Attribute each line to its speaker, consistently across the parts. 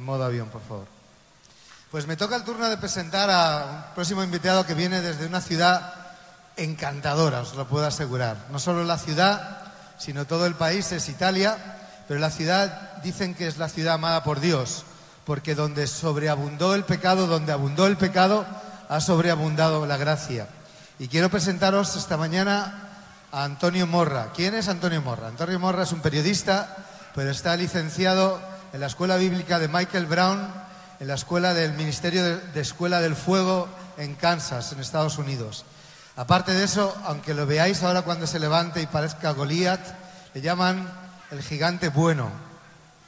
Speaker 1: modo avión, por favor. Pues me toca el turno de presentar a un próximo invitado que viene desde una ciudad encantadora, os lo puedo asegurar. No solo la ciudad, sino todo el país es Italia, pero la ciudad dicen que es la ciudad amada por Dios, porque donde sobreabundó el pecado, donde abundó el pecado, ha sobreabundado la gracia. Y quiero presentaros esta mañana a Antonio Morra. ¿Quién es Antonio Morra? Antonio Morra es un periodista, pero está licenciado en la Escuela Bíblica de Michael Brown, en la Escuela del Ministerio de, de Escuela del Fuego en Kansas, en Estados Unidos. Aparte de eso, aunque lo veáis ahora cuando se levante y parezca Goliat, le llaman el gigante bueno.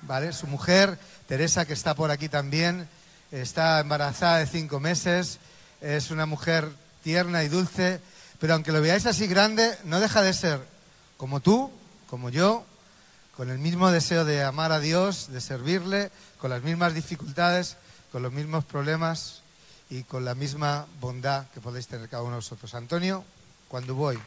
Speaker 1: ¿Vale? Su mujer, Teresa, que está por aquí también, está embarazada de cinco meses, es una mujer tierna y dulce, pero aunque lo veáis así grande, no deja de ser como tú, como yo, con el mismo deseo de amar a Dios, de servirle, con las mismas dificultades, con los mismos problemas, y con la misma bondad que podéis tener cada uno de vosotros. Antonio, cuando voy.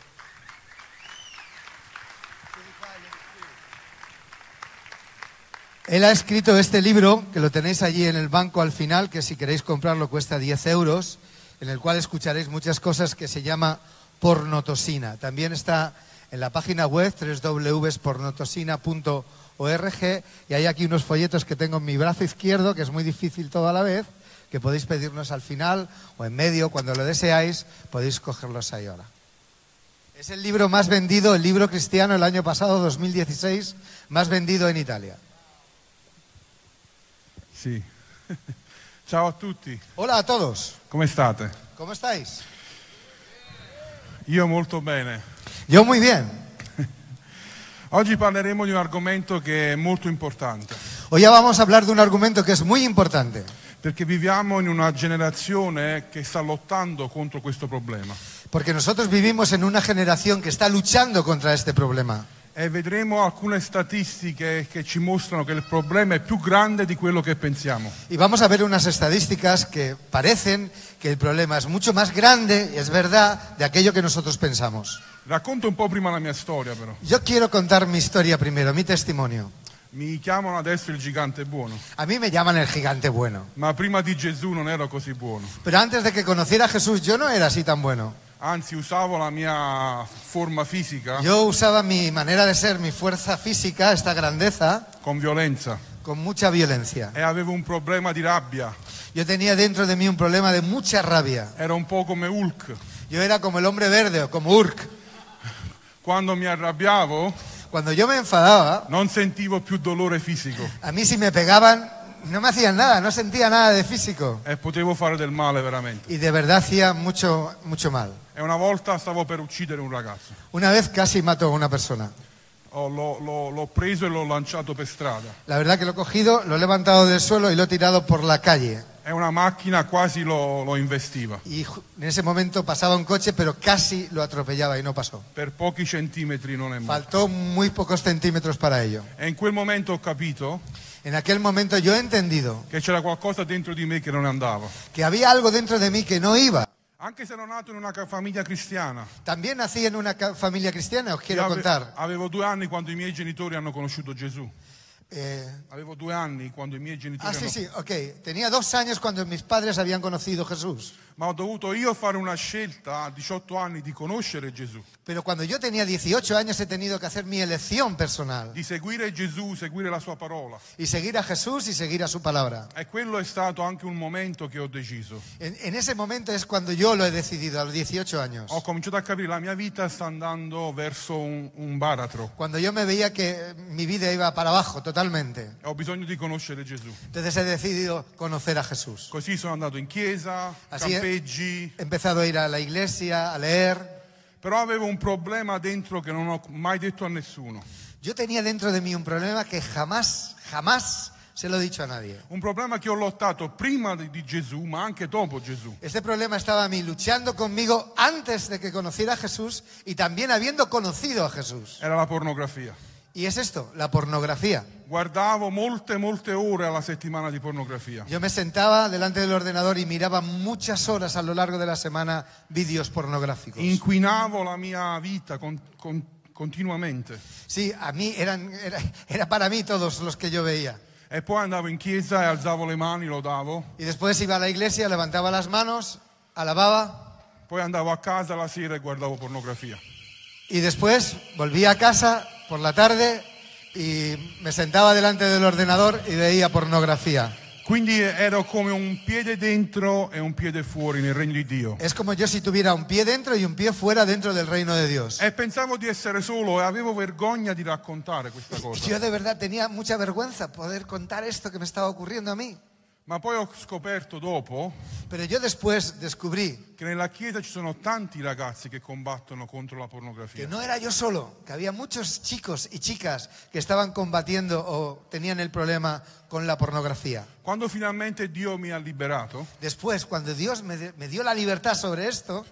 Speaker 1: Él ha escrito este libro, que lo tenéis allí en el banco al final, que si queréis comprarlo cuesta 10 euros, en el cual escucharéis muchas cosas que se llama pornotosina. También está en la página web www.pornotosina.org y hay aquí unos folletos que tengo en mi brazo izquierdo, que es muy difícil todo a la vez, que podéis pedirnos al final o en medio, cuando lo deseáis, podéis cogerlos ahí ahora. Es el libro más vendido, el libro cristiano el año pasado, 2016, más vendido en Italia.
Speaker 2: Sì. Ciao a tutti,
Speaker 1: Hola a todos,
Speaker 2: come state?
Speaker 1: ¿cómo estáis?
Speaker 2: Io molto bene.
Speaker 1: Yo muy bien.
Speaker 2: Oggi parleremo di un argomento che è molto importante,
Speaker 1: Hoy ya vamos a hablar de un argumento que es muy importante,
Speaker 2: perché viviamo in una generazione che sta lottando contro questo problema
Speaker 1: porque nosotros vivimos en una generación que está luchando contra este problema.
Speaker 2: e vedremo alcune statistiche che ci mostrano che il problema è più grande di quello che pensiamo.
Speaker 1: Y vamos a ver unas estadísticas que parecen que el problema es mucho más grande, y es verdad, de aquello que nosotros pensamos.
Speaker 2: Racconto un po' prima la mia storia però.
Speaker 1: Yo quiero contar mi historia primero, mi testimonio.
Speaker 2: Mi chiamano adesso il gigante buono,
Speaker 1: A mí me llaman el gigante bueno.
Speaker 2: ma prima di Gesù non ero così buono,
Speaker 1: Pero antes de que conociera a Jesús yo no era así tan bueno.
Speaker 2: anzi usavo la mia forma fisica
Speaker 1: Yo usaba mi manera de ser, mi fuerza física, esta grandeza,
Speaker 2: con violenza.
Speaker 1: con mucha violencia.
Speaker 2: e avevo un problema di rabbia.
Speaker 1: Yo tenía dentro de mí un problema de mucha rabia.
Speaker 2: Era un po' come Hulk.
Speaker 1: Yo era como el hombre verde o como Urk.
Speaker 2: Quando mi arrabbiavo
Speaker 1: Cuando yo me enfadaba,
Speaker 2: non sentivo più dolore fisico
Speaker 1: a mí si me pegaban no me hacían nada, no sentía nada de físico.
Speaker 2: e potevo fare del male veramente.
Speaker 1: Y de verdad hacía mucho, mucho mal.
Speaker 2: E una volta stavo per uccidere un ragazzo.
Speaker 1: Una vez casi mató a una persona.
Speaker 2: Oh, l'ho, l'ho- l'ho preso e l'ho lanciato per strada.
Speaker 1: La verdad que lo he cogido, lo he levantado del suelo y lo he tirado por la calle.
Speaker 2: E una macchina quasi lo, lo investiva
Speaker 1: Y ju- en ese momento pasaba un coche, pero casi lo atropellaba y no pasó.
Speaker 2: per pochi centimetri, non è male.
Speaker 1: Faltó muy pocos centímetros para ello.
Speaker 2: E in quel momento ho capito
Speaker 1: En aquel momento yo he entendido
Speaker 2: che c'era qualcosa dentro di me che non andava.
Speaker 1: que había algo dentro de mí que no iba.
Speaker 2: Anche se ero nato in una ca- famiglia cristiana,
Speaker 1: También nací en una ca- familia cristiana, os
Speaker 2: io
Speaker 1: quiero
Speaker 2: ave-
Speaker 1: contar.
Speaker 2: avevo due anni quando i miei genitori hanno conosciuto Gesù.
Speaker 1: Eh,
Speaker 2: Avevo due anni quando i miei genitori
Speaker 1: ah, sí, sí,
Speaker 2: hanno-
Speaker 1: ok. Tenía dos años cuando mis padres habían conocido Jesús.
Speaker 2: Ma ho dovuto io fare una scelta a 18 anni di conoscere Gesù,
Speaker 1: Pero cuando yo tenía 18 años he tenido que hacer mi elección personal
Speaker 2: di seguire Gesù, seguire la sua parola.
Speaker 1: y seguir a Jesús y seguir a su palabra.
Speaker 2: E quello è stato anche un momento che ho deciso.
Speaker 1: En, en ese momento es cuando yo lo he decidido, a los 18 años.
Speaker 2: Ho cominciato a capire che la mia vita sta andando verso un, un baratro.
Speaker 1: Cuando yo me veía que eh, mi vida iba para abajo totalmente.
Speaker 2: E ho bisogno di conoscere Gesù.
Speaker 1: Entonces he decidido conocer a Jesús.
Speaker 2: Così sono andato in chiesa,
Speaker 1: Así è.
Speaker 2: campeggi,
Speaker 1: He empezado a ir a la iglesia, a leer.
Speaker 2: però avevo un problema dentro che non ho mai detto a nessuno.
Speaker 1: Yo tenía dentro de mí un problema que jamás, jamás se lo he dicho a nadie.
Speaker 2: Un problema che ho lottato prima di di Gesù, ma anche dopo Gesù.
Speaker 1: Este problema estaba a mí luchando conmigo antes de que conociera a Jesús y también habiendo conocido a Jesús.
Speaker 2: Era la pornografia.
Speaker 1: Y es esto, la pornografía.
Speaker 2: Guardavo molte, molte ore alla settimana di pornografia.
Speaker 1: Yo me sentaba delante del ordenador y miraba muchas horas a lo largo de la semana vídeos pornográficos.
Speaker 2: Inquinavo la mia vita con- con- continuamente.
Speaker 1: Sí, a mí eran, era, era para mí todos los que yo veía.
Speaker 2: E poi andavo in chiesa e alzavo le mani, lodavo.
Speaker 1: Y después iba a la iglesia, levantaba las manos, alababa
Speaker 2: Poi andavo a casa la sera e guardavo pornografia.
Speaker 1: y después volvía a casa por la tarde y me sentaba delante del ordenador y veía pornografía.
Speaker 2: Quindi ero come un piede dentro e un piede fuori nel regno di Dio.
Speaker 1: Es como yo si tuviera un pie dentro y un pie fuera dentro del reino de Dios.
Speaker 2: E pensavo di essere solo e avevo vergogna di raccontare questa
Speaker 1: Y
Speaker 2: cosa.
Speaker 1: Yo de verdad tenía mucha vergüenza poder contar esto que me estaba ocurriendo a mí.
Speaker 2: Ma poi ho scoperto dopo
Speaker 1: Pero yo después descubrí
Speaker 2: che nella chiesa ci sono tanti ragazzi che combattono contro la
Speaker 1: que
Speaker 2: pornografia.
Speaker 1: no era yo solo, que había muchos chicos y chicas que estaban combatiendo o tenían el problema con la pornografía.
Speaker 2: Quando finalmente Dio mi ha liberato,
Speaker 1: Después, cuando Dios me, de- me dio la libertad sobre esto,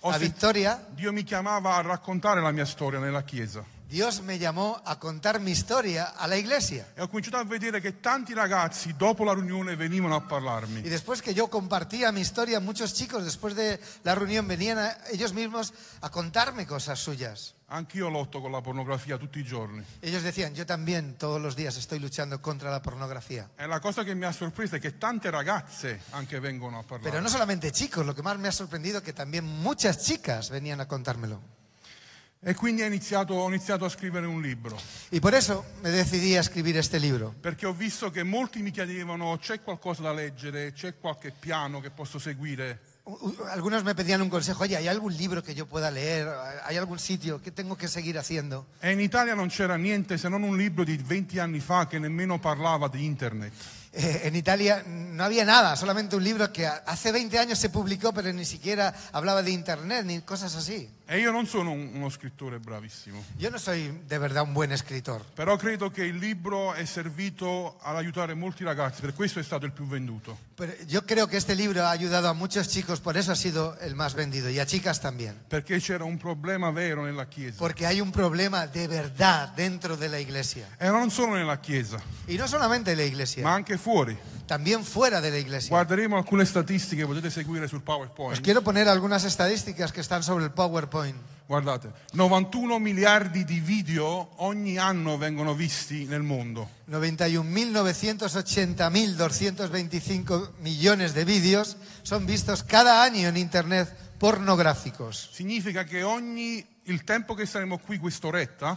Speaker 2: O
Speaker 1: la
Speaker 2: sea-
Speaker 1: victoria,
Speaker 2: Dio mi chiamava a raccontare la mia storia nella chiesa.
Speaker 1: Dios me llamó a contar mi historia a la iglesia.
Speaker 2: E ho cominciato a vedere che tanti ragazzi dopo la riunione venivano a
Speaker 1: Y
Speaker 2: parlarmi.
Speaker 1: después que yo compartía mi historia, muchos chicos después de la reunión venían a- ellos mismos a contarme cosas suyas.
Speaker 2: Anch'io lotto con la pornografia tutti i giorni.
Speaker 1: Ellos decían, yo también todos los días estoy luchando contra la pornografía.
Speaker 2: E la cosa che mi ha sorpreso è che tante ragazze anche vengono a
Speaker 1: Pero
Speaker 2: parlare.
Speaker 1: no solamente chicos, lo que más me ha sorprendido que también muchas chicas venían a contármelo.
Speaker 2: E quindi ho iniziato, ho iniziato a scrivere un libro,
Speaker 1: Y por eso me decidí a escribir este libro.
Speaker 2: perché ho visto che molti mi chiedevano c'è qualcosa da leggere, c'è qualche piano che posso seguire.
Speaker 1: U- u- Algunos me pedían un consejo, oye, ¿hay algún libro que yo pueda leer? ¿Hay algún sitio? ¿Qué tengo que seguir haciendo?
Speaker 2: E in Italia non c'era niente se non un libro di 20 anni fa che nemmeno parlava di internet.
Speaker 1: Eh, en Italia no había nada, solamente un libro que a- hace 20 años se publicó, pero ni siquiera hablaba de Internet ni cosas así.
Speaker 2: E io non sono un- uno scrittore bravissimo,
Speaker 1: Yo no soy de verdad un buen escritor,
Speaker 2: però credo che il libro è servito ad aiutare molti ragazzi, per questo è stato il più venduto.
Speaker 1: pero yo creo que este libro ha ayudado a muchos chicos, por eso ha sido el más vendido, y a chicas también.
Speaker 2: Perché c'era un problema vero nella Chiesa.
Speaker 1: Porque hay un problema de verdad dentro de la iglesia.
Speaker 2: E non solo nella Chiesa,
Speaker 1: Y no solamente en la
Speaker 2: ma
Speaker 1: iglesia,
Speaker 2: anche fuori.
Speaker 1: también fuera de la iglesia.
Speaker 2: Guarderemo alcune statistiche, potete seguire sul
Speaker 1: Os
Speaker 2: PowerPoint.
Speaker 1: quiero poner algunas estadísticas que están sobre el PowerPoint.
Speaker 2: Guardate, 91 miliardi di video ogni anno vengono visti nel mondo.
Speaker 1: 91.980.225 millones de vídeos son vistos cada año en Internet pornográficos.
Speaker 2: Significa che ogni il tempo che saremo qui quest'oretta,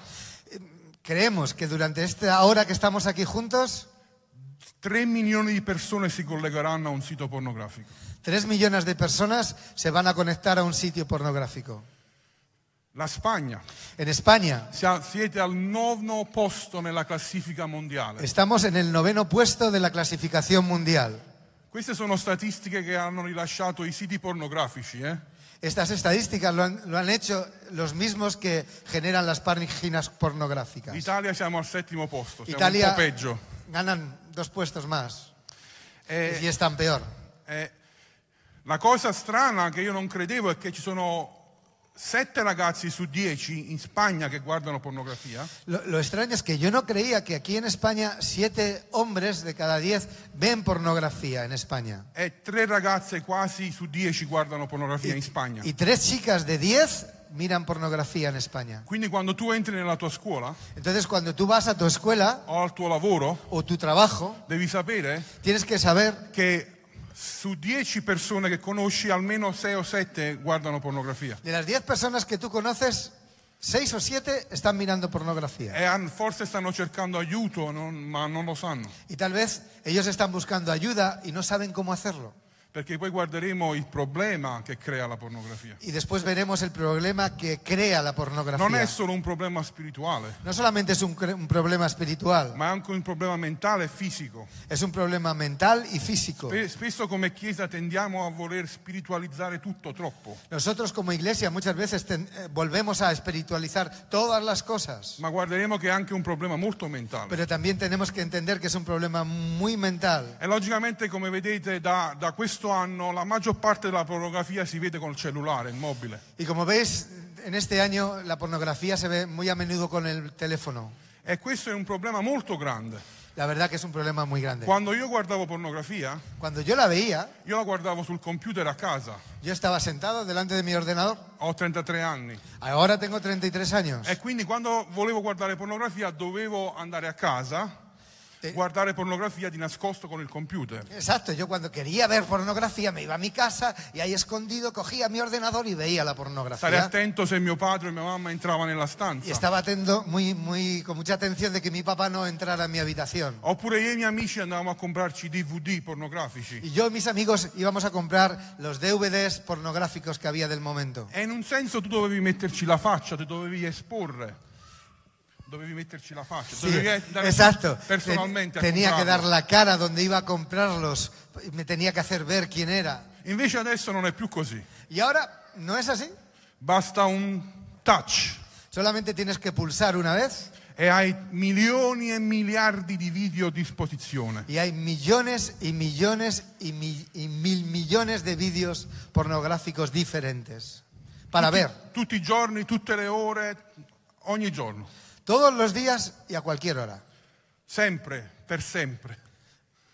Speaker 1: Creemos que durante esta hora que estamos aquí juntos,
Speaker 2: 3 milioni di persone si collegheranno a un sito pornografico.
Speaker 1: tres millones de personas se van a conectar a un sitio pornográfico.
Speaker 2: La Spagna,
Speaker 1: En España
Speaker 2: sia- siete al nono posto nella classifica mondiale.
Speaker 1: estamos en el noveno puesto de la clasificación mundial.
Speaker 2: Queste sono statistiche che hanno rilasciato i siti pornografici, eh?
Speaker 1: Estas estadísticas lo han, lo han hecho los mismos que generan las páginas pornográficas.
Speaker 2: L'Italia siamo al settimo posto, siamo un
Speaker 1: Italia
Speaker 2: po' peggio.
Speaker 1: ganan dos puestos más
Speaker 2: Eh,
Speaker 1: y están peor.
Speaker 2: Eh, la cosa strana che io non credevo è che ci sono sette ragazzi su dieci in Spagna che guardano pornografia
Speaker 1: Lo, lo extraño es que yo no creía que aquí en España siete hombres de cada diez ven pornografía en España.
Speaker 2: e tre ragazze quasi su dieci guardano pornografia in Spagna.
Speaker 1: Y tres chicas de diez miran pornografía en España.
Speaker 2: Quindi quando tu entri nella tua scuola
Speaker 1: Entonces, cuando tú vas a tu escuela
Speaker 2: o al tuo lavoro,
Speaker 1: o tu trabajo,
Speaker 2: devi sapere
Speaker 1: tienes que saber
Speaker 2: che su dieci persone che conosci almeno sei o sette guardano pornografia.
Speaker 1: de las diez personas que tú conoces, seis o siete están mirando pornografía.
Speaker 2: E han- forse stanno cercando aiuto, non- ma non lo sanno.
Speaker 1: Y tal vez ellos están buscando ayuda y no saben cómo hacerlo.
Speaker 2: Perché poi guarderemo il problema che crea la pornografia.
Speaker 1: Y después veremos el problema que crea la pornografía.
Speaker 2: Non è solo un problema spirituale,
Speaker 1: No solamente es un, cre- un problema espiritual,
Speaker 2: ma è anche un problema mentale e fisico.
Speaker 1: es un problema mental y físico.
Speaker 2: Spe- Spesso come Chiesa tendiamo a voler spiritualizzare tutto troppo,
Speaker 1: Nosotros como iglesia muchas veces ten- eh, volvemos a espiritualizar todas las cosas,
Speaker 2: ma guarderemo che è anche un problema molto mentale.
Speaker 1: pero también tenemos que entender que es un problema muy mental.
Speaker 2: E logicamente, come vedete, da, da questo anno la maggior parte della pornografia si vede col cellulare, il mobile.
Speaker 1: Y como veis, en este año la pornografía se ve muy a menudo con el teléfono.
Speaker 2: E questo è un problema molto grande.
Speaker 1: La verdad que es un problema muy grande.
Speaker 2: Quando io guardavo pornografia,
Speaker 1: Cuando yo la veía,
Speaker 2: io la guardavo sul computer a casa,
Speaker 1: yo estaba sentado delante de mi ordenador.
Speaker 2: ho 33 anni.
Speaker 1: Ahora tengo 33 años.
Speaker 2: E quindi quando volevo guardare pornografia dovevo andare a casa guardare pornografia di nascosto con il computer.
Speaker 1: Exacto, yo cuando quería ver pornografía me iba a mi casa y ahí escondido cogía mi ordenador y veía la
Speaker 2: Stare
Speaker 1: pornografía.
Speaker 2: attento se mio padre e mia mamma entravano nella
Speaker 1: Y
Speaker 2: stanza.
Speaker 1: estaba atento, muy, muy, con mucha atención de que mi papá no entrara en mi habitación.
Speaker 2: Oppure io e i miei amici andavamo a comprarci DVD pornografici.
Speaker 1: Y yo y mis amigos íbamos a comprar los DVDs pornográficos que había del momento.
Speaker 2: E in un senso tu dovevi metterci la faccia, ti dovevi esporre. Dovevi metterci la faccia,
Speaker 1: Sí,
Speaker 2: dovevi andare
Speaker 1: exacto.
Speaker 2: personalmente
Speaker 1: Ten- tenía
Speaker 2: a
Speaker 1: que dar
Speaker 2: comprarlo.
Speaker 1: la cara donde iba a comprarlos, me tenía que hacer ver quién era.
Speaker 2: Invece adesso non è più così.
Speaker 1: Y ahora no es así.
Speaker 2: Basta un touch
Speaker 1: Solamente tienes que pulsar una vez
Speaker 2: e hai milioni e miliardi di video a disposizione.
Speaker 1: y hay millones y millones y, mi- y mil millones de vídeos pornográficos diferentes para ver
Speaker 2: Tutti i giorni, tutte le ore, ogni giorno.
Speaker 1: todos los días y a cualquier hora,
Speaker 2: Sempre, per sempre.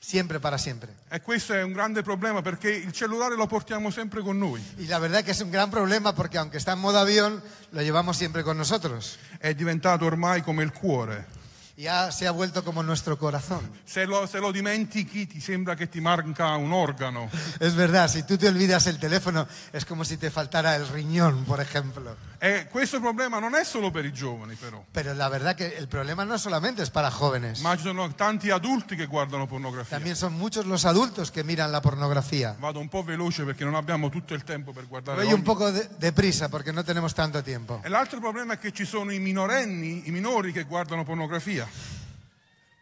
Speaker 1: siempre para siempre.
Speaker 2: E questo è un grande problema perché il cellulare lo portiamo sempre con noi.
Speaker 1: Y la verdad que es un gran problema porque aunque está en modo avión, lo llevamos siempre con nosotros.
Speaker 2: È diventato ormai come il cuore.
Speaker 1: Ya se ha vuelto como nuestro corazón.
Speaker 2: Se lo, se lo dimentichi ti sembra che ti manca un organo.
Speaker 1: Es verdad, si tú te olvidas el teléfono, es como si te faltara el riñón, por ejemplo.
Speaker 2: E questo problema non è solo per i giovani però,
Speaker 1: Pero la verdad que el problema no solamente es para jóvenes.
Speaker 2: ma ci sono tanti adulti che guardano pornografia.
Speaker 1: También son muchos los adultos que miran la pornografía.
Speaker 2: Vado un po' veloce perché non abbiamo tutto il tempo per guardare.
Speaker 1: Voy
Speaker 2: ogni-
Speaker 1: un poco de, deprisa porque no tenemos tanto tiempo.
Speaker 2: E l'altro problema è che ci sono i minorenni, i minori che guardano pornografia.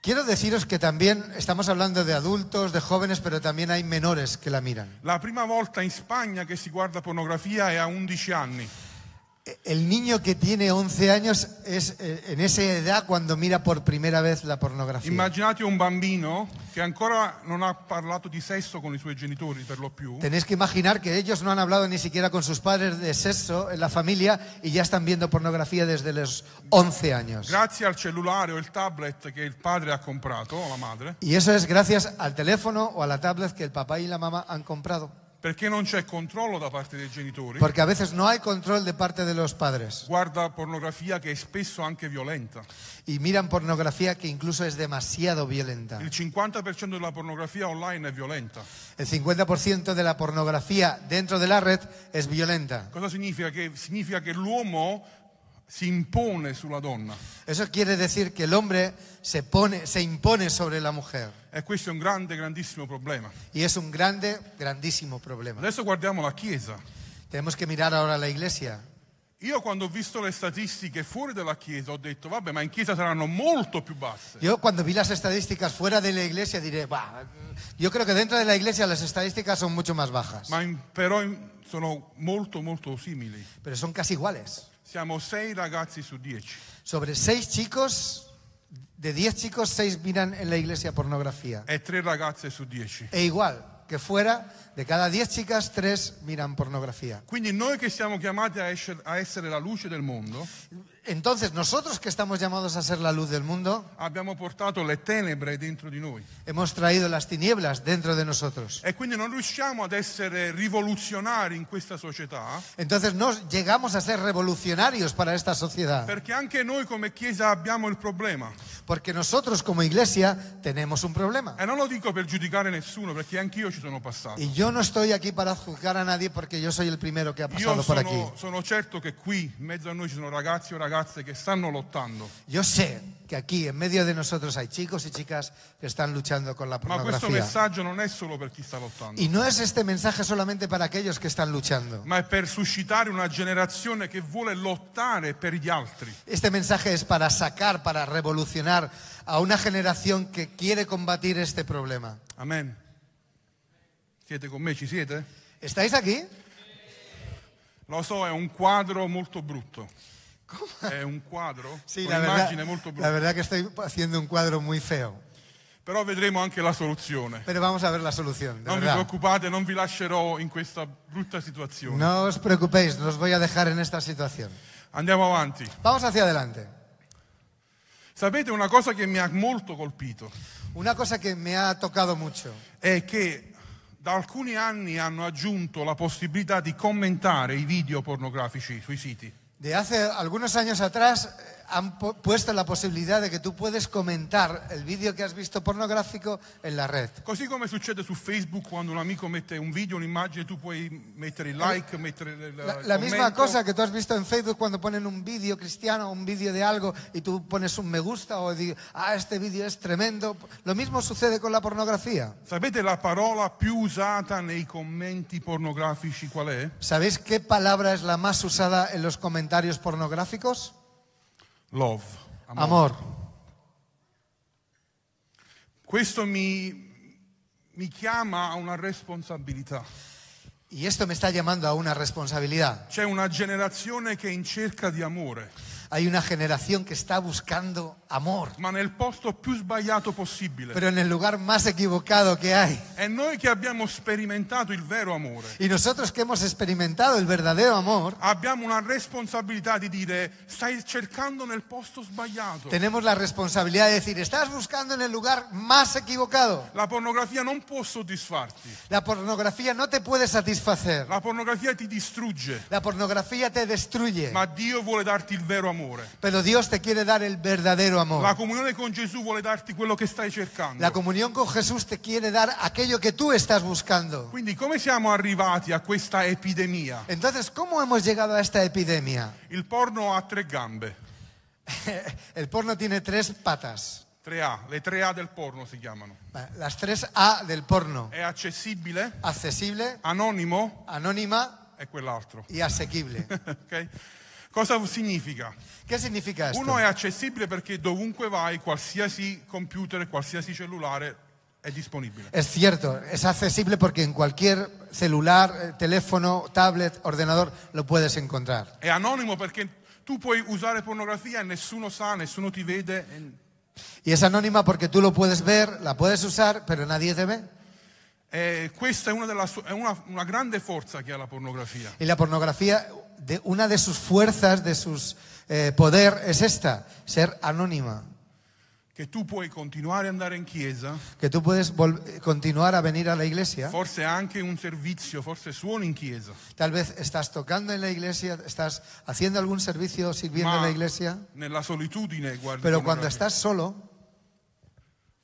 Speaker 1: Quiero deciros que también estamos hablando de adultos, de jóvenes, pero también hay menores que la miran.
Speaker 2: La prima volta in Spagna che si guarda pornografia è a 11 anni.
Speaker 1: E- El niño que tiene 11 años es eh, en esa edad cuando mira por primera vez la pornografía.
Speaker 2: Immaginate un bambino che ancora non ha parlato di sesso con i suoi genitori per lo più
Speaker 1: Tenéis que imaginar que ellos no han hablado ni siquiera con sus padres de sexo en la familia y ya están viendo pornografía desde los 11 años.
Speaker 2: grazie al cellulare o il tablet che il padre ha comprato o la madre,
Speaker 1: Y eso es gracias al teléfono o a la tablet que el papá y la mamá han comprado.
Speaker 2: perché non c'è controllo da parte dei genitori.
Speaker 1: Porque a veces no hay control de parte de los padres
Speaker 2: Guarda pornografia che è spesso anche violenta.
Speaker 1: y miran pornografía que incluso es demasiado violenta.
Speaker 2: Il 50% della pornografia online è violenta.
Speaker 1: El 50% de la pornografía dentro de la red es violenta.
Speaker 2: Cosa significa? Che, significa che l'uomo si impone sulla donna
Speaker 1: Eso quiere decir que el hombre se, pone, se impone sobre la mujer
Speaker 2: e questo è un grande, grandissimo problema.
Speaker 1: y es un grande, grandísimo problema.
Speaker 2: Adesso guardiamo la Chiesa.
Speaker 1: Tenemos que mirar ahora la iglesia.
Speaker 2: Io quando ho visto le statistiche fuori dalla Chiesa ho detto vabbè ma in Chiesa saranno molto più basse.
Speaker 1: Yo cuando vi las estadísticas fuera de la iglesia diré, "Bah, yo creo que dentro de la iglesia las estadísticas son mucho más bajas,
Speaker 2: Ma in- però in- sono molto molto simili.
Speaker 1: pero son casi iguales.
Speaker 2: Siamo sei ragazzi su dieci.
Speaker 1: Sobre seis chicos, de diez chicos, seis miran en la iglesia pornografía.
Speaker 2: e tre ragazze su dieci.
Speaker 1: E igual que fuera, de cada diez chicas, tres miran pornografía.
Speaker 2: Quindi noi che siamo chiamati a esce- a essere la luce del mondo
Speaker 1: Entonces, nosotros que estamos llamados a ser la luz del mundo,
Speaker 2: abbiamo portato le tenebre dentro di noi
Speaker 1: hemos traído las tinieblas dentro de nosotros.
Speaker 2: e quindi non riusciamo ad essere rivoluzionari in questa società
Speaker 1: Entonces, no llegamos a ser revolucionarios para esta sociedad,
Speaker 2: perché anche noi come Chiesa abbiamo il problema.
Speaker 1: porque nosotros como iglesia tenemos un problema.
Speaker 2: E non lo dico per giudicare nessuno perché anch'io ci sono passato.
Speaker 1: Y yo no estoy aquí para juzgar a nadie porque yo soy el primero que ha
Speaker 2: Io
Speaker 1: pasado por aquí.
Speaker 2: sono, sono certo che qui in mezzo a noi ci sono ragazzi o ragazze che stanno lottando,
Speaker 1: Yo sé que aquí en medio de nosotros hay chicos y chicas que están luchando con la
Speaker 2: ma questo
Speaker 1: pornografía.
Speaker 2: messaggio non è solo per chi sta lottando,
Speaker 1: Y no es este mensaje solamente para aquellos que están luchando.
Speaker 2: ma è per suscitare una generazione che vuole lottare per gli altri.
Speaker 1: Este mensaje es para sacar, para revolucionar a una generación que quiere combatir este problema.
Speaker 2: Amen. Siete con me? Ci siete?
Speaker 1: ¿Estáis aquí?
Speaker 2: Lo so, è un quadro molto brutto. È un quadro,
Speaker 1: la verdad,
Speaker 2: un'immagine molto
Speaker 1: la
Speaker 2: brutta.
Speaker 1: verdad que estoy haciendo un cuadro muy feo.
Speaker 2: Però vedremo anche la soluzione.
Speaker 1: Pero vamos a ver la solución, de
Speaker 2: Non vi
Speaker 1: verdad.
Speaker 2: preoccupate, non vi lascerò in questa brutta situazione.
Speaker 1: No os preocupéis, no os voy a dejar en esta situación.
Speaker 2: Andiamo avanti.
Speaker 1: Vamos hacia adelante.
Speaker 2: Sapete una cosa che mi ha molto colpito
Speaker 1: Una cosa que me ha tocado mucho.
Speaker 2: è che da alcuni anni hanno aggiunto la possibilità di commentare i video pornografici sui siti.
Speaker 1: De hace algunos años atrás eh, han po- puesto la posibilidad de que tú puedes comentar el vídeo que has visto pornográfico en la red.
Speaker 2: Così come succede su Facebook quando un amico mette un video, un'immagine, tu puoi mettere il like, mettere il
Speaker 1: La,
Speaker 2: il
Speaker 1: la misma
Speaker 2: commento.
Speaker 1: cosa que tú has visto en Facebook cuando ponen un vídeo cristiano o un vídeo de algo y tú pones un me gusta o dices, ah, este vídeo es tremendo. Lo mismo sucede con la pornografía.
Speaker 2: Sapete la parola più usata nei commenti pornografici qual è?
Speaker 1: ¿Sabéis qué palabra es la más usada en los comentarios pornográficos?
Speaker 2: Love. amore.
Speaker 1: Amor.
Speaker 2: Questo mi, mi chiama a una responsabilità.
Speaker 1: Y esto me está llamando a una responsabilidad.
Speaker 2: C'è una generazione che è in cerca di amore,
Speaker 1: Hay una generación que está buscando amor,
Speaker 2: ma nel posto più sbagliato possibile.
Speaker 1: pero en el lugar más equivocado que hay.
Speaker 2: È noi che abbiamo sperimentato il vero amore.
Speaker 1: Y nosotros que hemos experimentado el verdadero amor,
Speaker 2: Abbiamo una responsabilità di dire stai cercando nel posto sbagliato.
Speaker 1: tenemos la responsabilidad de decir, estás buscando en el lugar más equivocado.
Speaker 2: La pornografia non può soddisfarti,
Speaker 1: La pornografía no te puede satisfacer.
Speaker 2: la pornografia ti distrugge,
Speaker 1: La pornografía te destruye.
Speaker 2: ma Dio vuole darti il vero amore.
Speaker 1: Pero Dios te quiere dar el verdadero
Speaker 2: La
Speaker 1: amor.
Speaker 2: comunione con Gesù vuole darti quello che stai
Speaker 1: La
Speaker 2: cercando.
Speaker 1: comunión con Jesús te quiere dar aquello que tú estás buscando.
Speaker 2: Quindi come siamo arrivati a questa epidemia?
Speaker 1: Entonces, ¿cómo hemos llegado a esta epidemia?
Speaker 2: Il porno ha tre gambe,
Speaker 1: El porno tiene tres patas.
Speaker 2: 3A, le 3A del porno si chiamano.
Speaker 1: Las tres A del porno.
Speaker 2: È accessibile,
Speaker 1: Accesible,
Speaker 2: anonimo
Speaker 1: anónima
Speaker 2: e quell'altro.
Speaker 1: y asequible.
Speaker 2: Ok? Cosa significa?
Speaker 1: ¿Qué significa esto?
Speaker 2: Uno è accessibile perché dovunque vai, qualsiasi computer, qualsiasi cellulare è disponibile.
Speaker 1: Es cierto, es accesible porque en cualquier celular, eh, teléfono, tablet, ordenador lo puedes encontrar.
Speaker 2: È anonimo perché tu puoi usare pornografia e nessuno sa, nessuno ti vede. e-
Speaker 1: Y es anónima porque tú lo puedes ver, la puedes usar, pero nadie te ve.
Speaker 2: e Eh, questa è, una, della su- è una- una grande forza che ha la pornografia.
Speaker 1: Y la pornografía, de- una de sus fuerzas, de sus eh, poder, es esta, ser anónima.
Speaker 2: Che tu puoi continuare ad andare in chiesa,
Speaker 1: Que tú puedes vol- continuar a venir a la iglesia.
Speaker 2: forse anche un servizio, forse suoni in chiesa,
Speaker 1: Tal vez estás tocando en la iglesia, estás haciendo algún servicio sirviendo en
Speaker 2: ma
Speaker 1: la iglesia,
Speaker 2: nella solitudine guardi
Speaker 1: pero cuando
Speaker 2: pornografia.
Speaker 1: estás solo,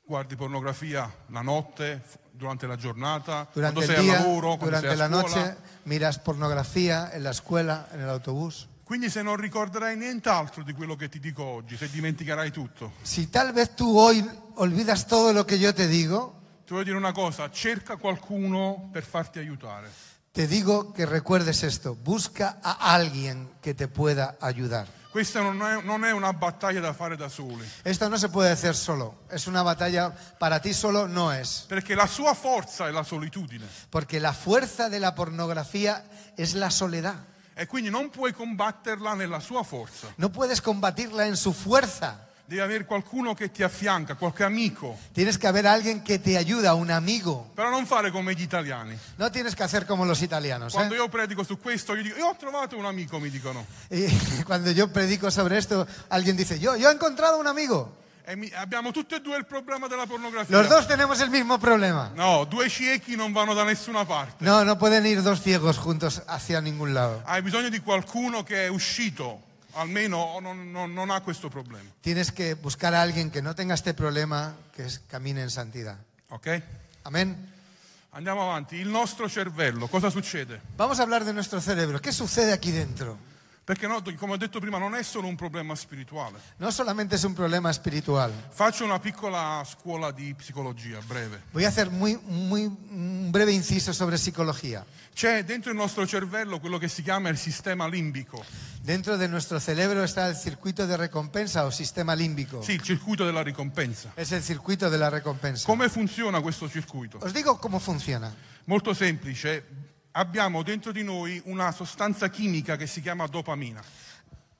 Speaker 2: Guardi pornografia la notte, f- durante la giornata,
Speaker 1: durante
Speaker 2: quando
Speaker 1: el
Speaker 2: sei al
Speaker 1: día,
Speaker 2: lavoro, quando sei
Speaker 1: durante
Speaker 2: a
Speaker 1: la
Speaker 2: scuola.
Speaker 1: noche, miras pornografía en la escuela, en el autobús.
Speaker 2: Quindi se non ricorderai nient'altro di quello che ti dico oggi, se dimenticherai tutto,
Speaker 1: Si tal vez tú hoy olvidas todo lo que yo te digo,
Speaker 2: ti voglio dire una cosa, cerca qualcuno per farti aiutare.
Speaker 1: Te digo que recuerdes esto, busca a alguien que te pueda ayudar.
Speaker 2: Questa non è, non è una battaglia da fare da soli,
Speaker 1: Esto no se puede hacer solo, es una batalla para ti solo no es,
Speaker 2: perché la sua forza è la solitudine
Speaker 1: porque la fuerza de la pornografía es la soledad.
Speaker 2: e quindi non puoi combatterla nella sua forza.
Speaker 1: No puedes combatirla en su fuerza.
Speaker 2: Devi avere qualcuno che ti affianca, qualche amico,
Speaker 1: Tienes que haber alguien que te ayuda, un amigo.
Speaker 2: però non fare come gli italiani.
Speaker 1: No tienes que hacer como los italianos.
Speaker 2: Quando
Speaker 1: ¿eh?
Speaker 2: io predico su questo, io dico, io ho trovato un amico, mi dicono,
Speaker 1: Y cuando yo predico sobre esto, alguien dice, yo, yo he encontrado un amigo.
Speaker 2: e mi- abbiamo tutti e due il problema della pornografia.
Speaker 1: Los dos tenemos el mismo problema.
Speaker 2: No, due ciechi non vanno da nessuna parte.
Speaker 1: No, no pueden ir dos ciegos juntos hacia ningún lado.
Speaker 2: Hai bisogno di qualcuno che è uscito, almeno non, non- non ha questo problema.
Speaker 1: Tienes que buscar a alguien que no tenga este problema, que es- camine en santidad.
Speaker 2: Ok?
Speaker 1: Amén.
Speaker 2: Andiamo avanti. Il nostro cervello, cosa succede?
Speaker 1: Vamos a hablar de nuestro cerebro. ¿Qué sucede aquí dentro?
Speaker 2: Perché no, come ho detto prima, non è solo un problema spirituale.
Speaker 1: No solamente es un problema espiritual.
Speaker 2: Faccio una piccola scuola di psicologia, breve.
Speaker 1: Voy a hacer muy, muy, un breve inciso sobre psicología.
Speaker 2: C'è dentro il nostro cervello quello che si chiama il sistema limbico,
Speaker 1: Dentro de nuestro cerebro está el circuito de recompensa o sistema límbico.
Speaker 2: sì, il circuito della ricompensa.
Speaker 1: Es el circuito de la recompensa.
Speaker 2: Come funziona questo circuito?
Speaker 1: Os digo cómo funciona.
Speaker 2: Molto semplice, abbiamo dentro di noi una sostanza chimica che si chiama dopamina.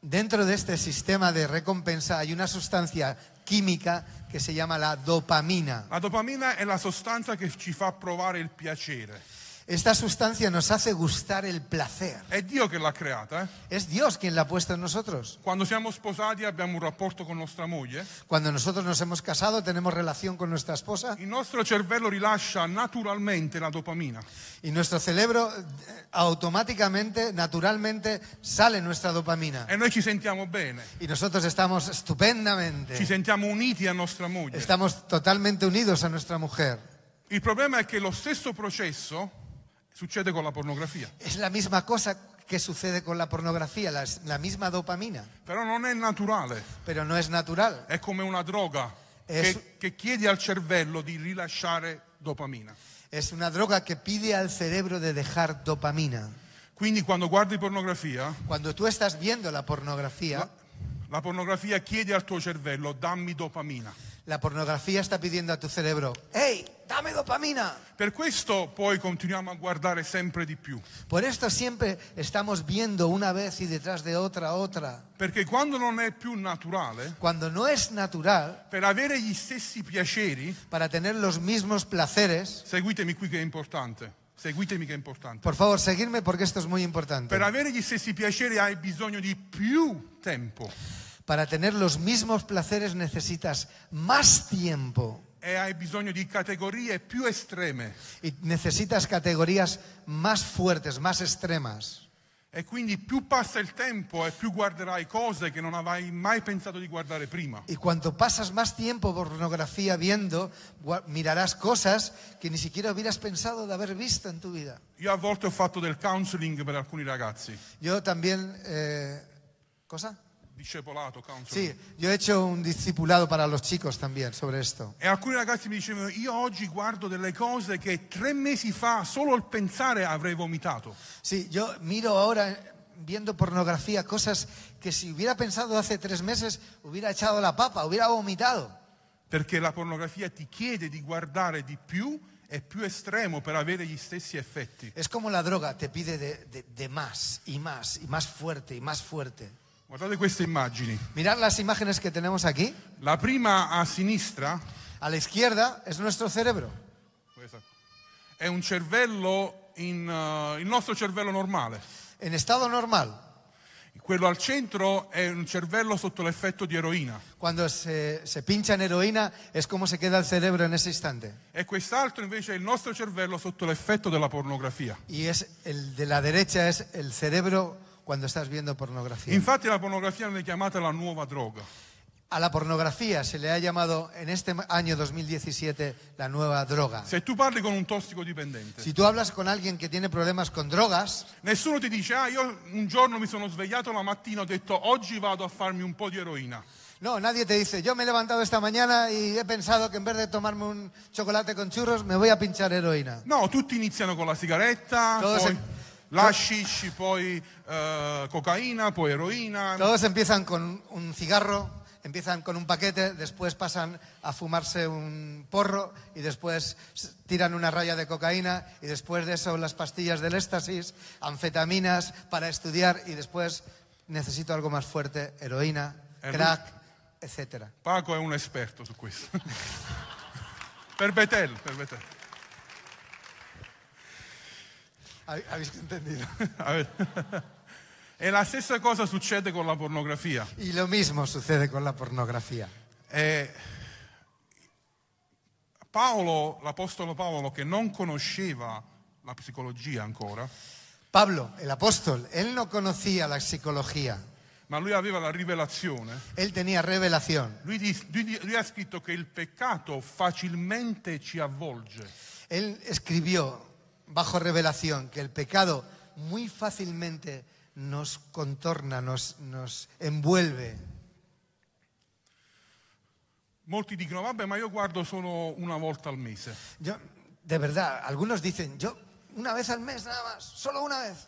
Speaker 1: Dentro de este sistema de recompensa hay una sustancia química que se llama la dopamina.
Speaker 2: La dopamina è la sostanza che ci fa provare il piacere.
Speaker 1: Esta sustancia nos hace gustar el placer.
Speaker 2: È Dio che l'ha creata. eh.
Speaker 1: Es Dios quien la ha puesto en nosotros.
Speaker 2: Quando siamo sposati e abbiamo un rapporto con nostra moglie,
Speaker 1: Cuando nosotros nos hemos casado, tenemos relación con nuestra esposa
Speaker 2: il nostro cervello rilascia naturalmente la dopamina.
Speaker 1: y nuestro cerebro eh, automáticamente, naturalmente, sale nuestra dopamina.
Speaker 2: E noi ci sentiamo bene,
Speaker 1: Y nosotros estamos
Speaker 2: ci
Speaker 1: estupendamente.
Speaker 2: sentiamo uniti a nostra moglie.
Speaker 1: Estamos totalmente unidos a nuestra mujer.
Speaker 2: Il problema è che lo stesso processo succede con la pornografia,
Speaker 1: Es la misma cosa que sucede con la pornografía, la, la misma dopamina,
Speaker 2: però non è naturale,
Speaker 1: pero no es natural.
Speaker 2: è come una droga
Speaker 1: Eh,
Speaker 2: che,
Speaker 1: su-
Speaker 2: che chiede al cervello di rilasciare dopamina.
Speaker 1: Es una droga que pide al cerebro de dejar dopamina.
Speaker 2: Quindi quando guardi pornografia,
Speaker 1: Cuando tú estás viendo la pornografía,
Speaker 2: la pornografia chiede al tuo cervello dammi dopamina.
Speaker 1: la pornografía está pidiendo a tu cerebro, ¡Hey, dame dopamina!
Speaker 2: Per questo poi continuiamo a guardare sempre di più,
Speaker 1: Por esto siempre estamos viendo una vez y detrás de otra, otra.
Speaker 2: perché quando non è più naturale,
Speaker 1: Cuando no es natural,
Speaker 2: per avere gli stessi piaceri,
Speaker 1: para tener los mismos placeres,
Speaker 2: seguitemi qui che è importante, seguitemi che è importante,
Speaker 1: por favor, seguirme porque esto es muy importante.
Speaker 2: per avere gli stessi piaceri hai bisogno di più tempo
Speaker 1: Para tener los mismos placeres necesitas más tiempo
Speaker 2: e hai bisogno di categorie più estreme
Speaker 1: y necesitas categorías más fuertes, más extremas.
Speaker 2: e quindi più passa il tempo e più guarderai cose che non avevi mai pensato di guardare prima.
Speaker 1: Y cuanto pasas más tiempo pornografía viendo, gua- mirarás cosas que ni siquiera hubieras pensado de haber visto en tu vida.
Speaker 2: Io a volte ho fatto del counseling per alcuni ragazzi,
Speaker 1: Yo también... eh, ¿Cosa?
Speaker 2: discepolato counseling.
Speaker 1: Sí, yo he hecho un discipulado para los chicos también sobre esto.
Speaker 2: E alcuni ragazzi mi dicevano, io oggi guardo delle cose che tre mesi fa solo il pensare avrei vomitato.
Speaker 1: Sí, yo miro ahora eh, viendo pornografía cosas que si hubiera pensado hace tres meses hubiera echado la papa, hubiera vomitado.
Speaker 2: Perché la pornografia ti chiede di guardare di più e più estremo per avere gli stessi effetti.
Speaker 1: Es como la droga, te pide de, de- de más y más y más fuerte y más fuerte.
Speaker 2: Guardate queste immagini.
Speaker 1: Mirad las imágenes que tenemos aquí.
Speaker 2: La prima a sinistra
Speaker 1: A la izquierda es nuestro cerebro.
Speaker 2: questa, è un cervello, in, eh, il nostro cervello normale.
Speaker 1: En estado normal,
Speaker 2: Quello al centro è un cervello sotto l'effetto di eroina.
Speaker 1: cuando se, se pincha en heroína, es como se queda el cerebro en ese instante.
Speaker 2: E quest'altro invece è il nostro cervello sotto l'effetto della pornografia.
Speaker 1: Y es el de la derecha es el cerebro cuando estás viendo pornografía.
Speaker 2: Infatti la pornografia non è chiamata la nuova droga,
Speaker 1: A la pornografía se le ha llamado en este ma- año 2017 la nueva droga.
Speaker 2: Se tu parli con un tossicodipendente,
Speaker 1: Si tú hablas con alguien que tiene problemas con drogas,
Speaker 2: nessuno ti dice, ah, io un giorno mi sono svegliato la mattina, ho detto, oggi vado a farmi un po' di eroina.
Speaker 1: no, nadie te dice, yo me he levantado esta mañana y he pensado que en vez de tomarme un chocolate con churros, me voy a pinchar heroína.
Speaker 2: No, tutti iniziano con la sigaretta,
Speaker 1: Cosa-
Speaker 2: poi l'hashish, poi eh, cocaina, poi eroina.
Speaker 1: Todos empiezan con un cigarro, empiezan con un paquete, después pasan a fumarse un porro y después s- tiran una raya de cocaína y después de eso las pastillas del éxtasis, anfetaminas para estudiar y después necesito algo más fuerte, heroína,
Speaker 2: El-
Speaker 1: crack, etcétera.
Speaker 2: Paco è un esperto su questo. per Betel, per Betel.
Speaker 1: Hab- Habéis entendido.
Speaker 2: A ver. e la stessa cosa succede con la pornografia.
Speaker 1: Y lo mismo sucede con la pornografía.
Speaker 2: Eh, Paolo, l'apostolo Paolo, che non conosceva la psicologia ancora,
Speaker 1: Pablo, el apóstol, él no conocía la psicología,
Speaker 2: ma lui aveva la rivelazione,
Speaker 1: él tenía revelación.
Speaker 2: lui, dis- lui- lui ha scritto che il peccato facilmente ci avvolge,
Speaker 1: Él escribió bajo revelación que el pecado muy fácilmente nos contorna, nos, nos envuelve.
Speaker 2: molti dicono vabbè ma io guardo solo una volta al mese,
Speaker 1: Yo, de verdad, algunos dicen, yo una vez al mes nada más, solo una vez.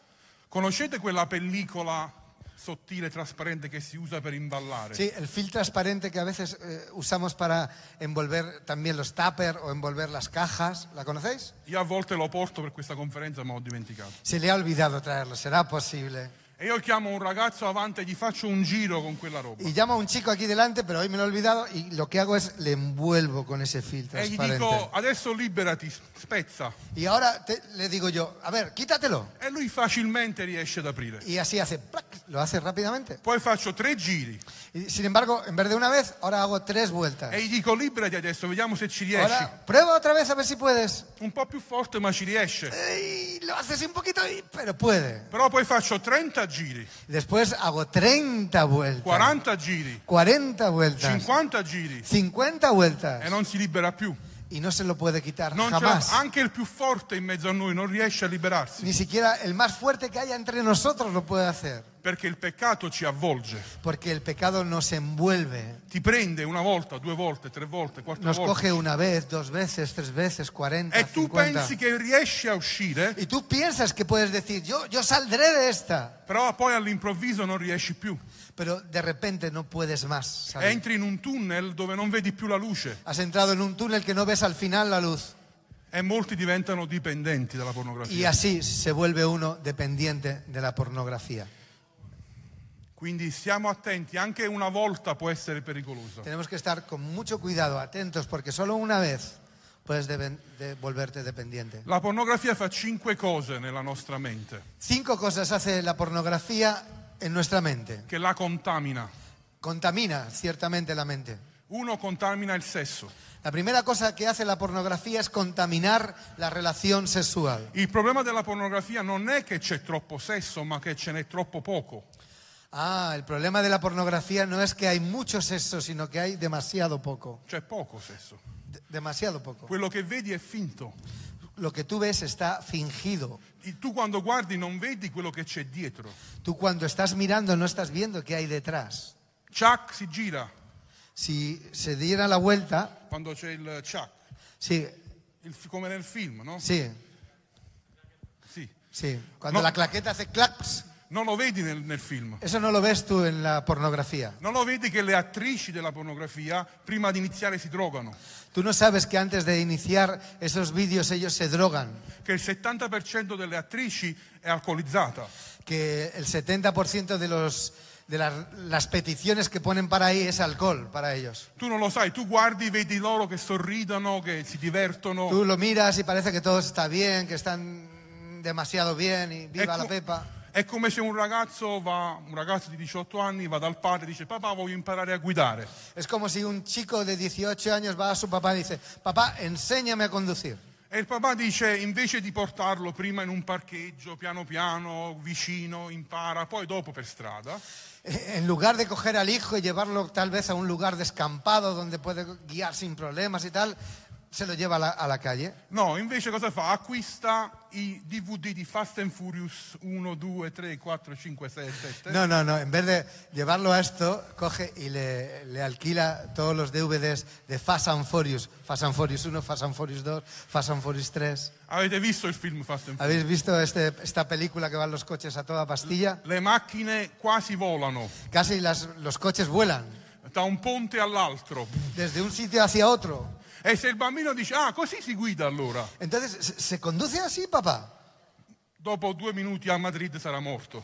Speaker 2: conoscete quella pellicola sottile, trasparente che si usa per imballare?
Speaker 1: Sí, el film transparente que a veces eh, usamos para envolver también los tupper o envolver las cajas, ¿la conocéis?
Speaker 2: Io a volte lo porto per questa conferenza ma ho dimenticato.
Speaker 1: Se le ha olvidado traerlo, será posible.
Speaker 2: E io chiamo un ragazzo avanti e gli faccio un giro con quella roba.
Speaker 1: Y llamo a un chico aquí delante, pero hoy me lo he olvidado y lo que hago es le envuelvo con ese film
Speaker 2: E gli
Speaker 1: transparente.
Speaker 2: dico adesso liberati, spezza.
Speaker 1: Y ahora te- le digo yo, a ver, quítatelo.
Speaker 2: E lui facilmente riesce ad aprire.
Speaker 1: Y así hace, ¡plac! lo hace rápidamente.
Speaker 2: Poi faccio tre giri
Speaker 1: Y, sin embargo, en vez de una vez, ahora hago tres vueltas.
Speaker 2: e gli dico liberati adesso, vediamo se ci riesci.
Speaker 1: Ahora, prueba otra vez a ver si puedes.
Speaker 2: Un po' più forte ma ci riesce.
Speaker 1: Y lo haces un poquito, y- pero puede.
Speaker 2: Però poi faccio 30 giri,
Speaker 1: Después hago 30 vueltas.
Speaker 2: 40 giri,
Speaker 1: 40 vueltas.
Speaker 2: 50 giri
Speaker 1: 50 vueltas.
Speaker 2: e non si libera più.
Speaker 1: Y no se lo puede quitar
Speaker 2: Non ce la-
Speaker 1: jamás.
Speaker 2: anche il più forte in mezzo a noi non riesce a liberarsi
Speaker 1: Ni siquiera el más fuerte que haya entre nosotros lo puede hacer.
Speaker 2: perché il peccato ci avvolge.
Speaker 1: Porque el pecado nos envuelve.
Speaker 2: Ti prende una volta, due volte, tre volte, quattro
Speaker 1: Nos
Speaker 2: volte.
Speaker 1: coge una vez, dos veces, tres veces, 40,
Speaker 2: E tu
Speaker 1: 50.
Speaker 2: pensi che riesci a uscire,
Speaker 1: Y tú piensas que puedes decir, yo, yo saldré de esta.
Speaker 2: però poi all'improvviso non riesci più.
Speaker 1: Pero de repente no puedes más. salir.
Speaker 2: Entri in un tunnel dove non vedi più la luce
Speaker 1: Has entrado en un túnel que no ves al final la luz.
Speaker 2: e molti diventano dipendenti dalla
Speaker 1: Y
Speaker 2: pornografia.
Speaker 1: así se vuelve uno dependiente de la pornografía.
Speaker 2: Quindi stiamo attenti, anche una volta può essere pericolosa.
Speaker 1: Tenemos que estar con mucho cuidado, atentos, porque solo una vez puedes deben- de- volverte dependiente.
Speaker 2: La pornografia fa cinque cose nella nostra mente
Speaker 1: Cinco cosas hace la pornografía en nuestra mente.
Speaker 2: che la contamina.
Speaker 1: Contamina ciertamente la mente.
Speaker 2: Uno contamina il sesso.
Speaker 1: La primera cosa que hace la pornografía es contaminar la relación sexual.
Speaker 2: Il problema della pornografia non è che c'è troppo sesso, ma che ce n'è troppo poco.
Speaker 1: Ah, el problema de la pornografía no es que hay mucho sexo, sino que hay demasiado poco.
Speaker 2: C'è poco sesso.
Speaker 1: De- demasiado poco.
Speaker 2: Quello che vedi è finto.
Speaker 1: Lo que tú ves está fingido.
Speaker 2: Il- Tu quando guardi non vedi quello che c'è dietro.
Speaker 1: Tú cuando estás mirando no estás viendo qué hay detrás.
Speaker 2: Chuck si gira
Speaker 1: Si se diera la vuelta,
Speaker 2: quando c'è il Chuck,
Speaker 1: sí,
Speaker 2: il fi- come nel film, no?
Speaker 1: sí,
Speaker 2: Sì.
Speaker 1: sí. Cuando
Speaker 2: No.
Speaker 1: la claqueta hace claps,
Speaker 2: Non lo vedi nel, nel film.
Speaker 1: eso no lo ves tú en la pornografía.
Speaker 2: Non lo vedi che le attrici della pornografia prima di iniziare si drogano.
Speaker 1: Tú no sabes que antes de iniciar esos vídeos ellos se drogan,
Speaker 2: Che il 70% delle attrici è alcolizzata.
Speaker 1: que el 70% de los de las, las peticiones que ponen para ahí es alcohol para ellos.
Speaker 2: Tu non lo sai, tu guardi, vedi loro che sorridono, che si divertono.
Speaker 1: Tú lo miras y parece que todo está bien, que están demasiado bien y
Speaker 2: È,
Speaker 1: viva la
Speaker 2: co-
Speaker 1: pepa.
Speaker 2: Ecco, è come se un ragazzo, va, un ragazzo di 18 anni va dal padre e dice papà voglio imparare a guidare.
Speaker 1: Es como si un chico de 18 años va a su papá y dice, papá, enséñame a conducir.
Speaker 2: E il papà dice invece di portarlo prima in un parcheggio, piano piano, vicino, impara, poi dopo per strada,
Speaker 1: Eh, En lugar de coger al hijo y llevarlo tal vez a un lugar descampado donde puede guiar sin problemas y tal, se lo lleva a la, a la calle.
Speaker 2: no, invece cosa fa? Acquista i DVD di Fast and Furious 1, 2, 3, 4, 5, 6, 7.
Speaker 1: No, no, no. En vez de llevarlo a esto, coge y le, le alquila todos los DVDs de Fast and Furious. Fast and Furious 1, Fast and Furious 2, Fast and Furious 3.
Speaker 2: Avete visto il film Fast and Furious?
Speaker 1: ¿Habéis visto este- esta película que van los coches a toda pastilla?
Speaker 2: Le macchine quasi volano
Speaker 1: Casi las- los coches vuelan
Speaker 2: da un ponte all'altro.
Speaker 1: desde un sitio hacia otro.
Speaker 2: E se il bambino dice ah così si guida allora,
Speaker 1: Entonces, ¿se- ¿se conduce así, papá?
Speaker 2: dopo due minuti a Madrid sarà morto.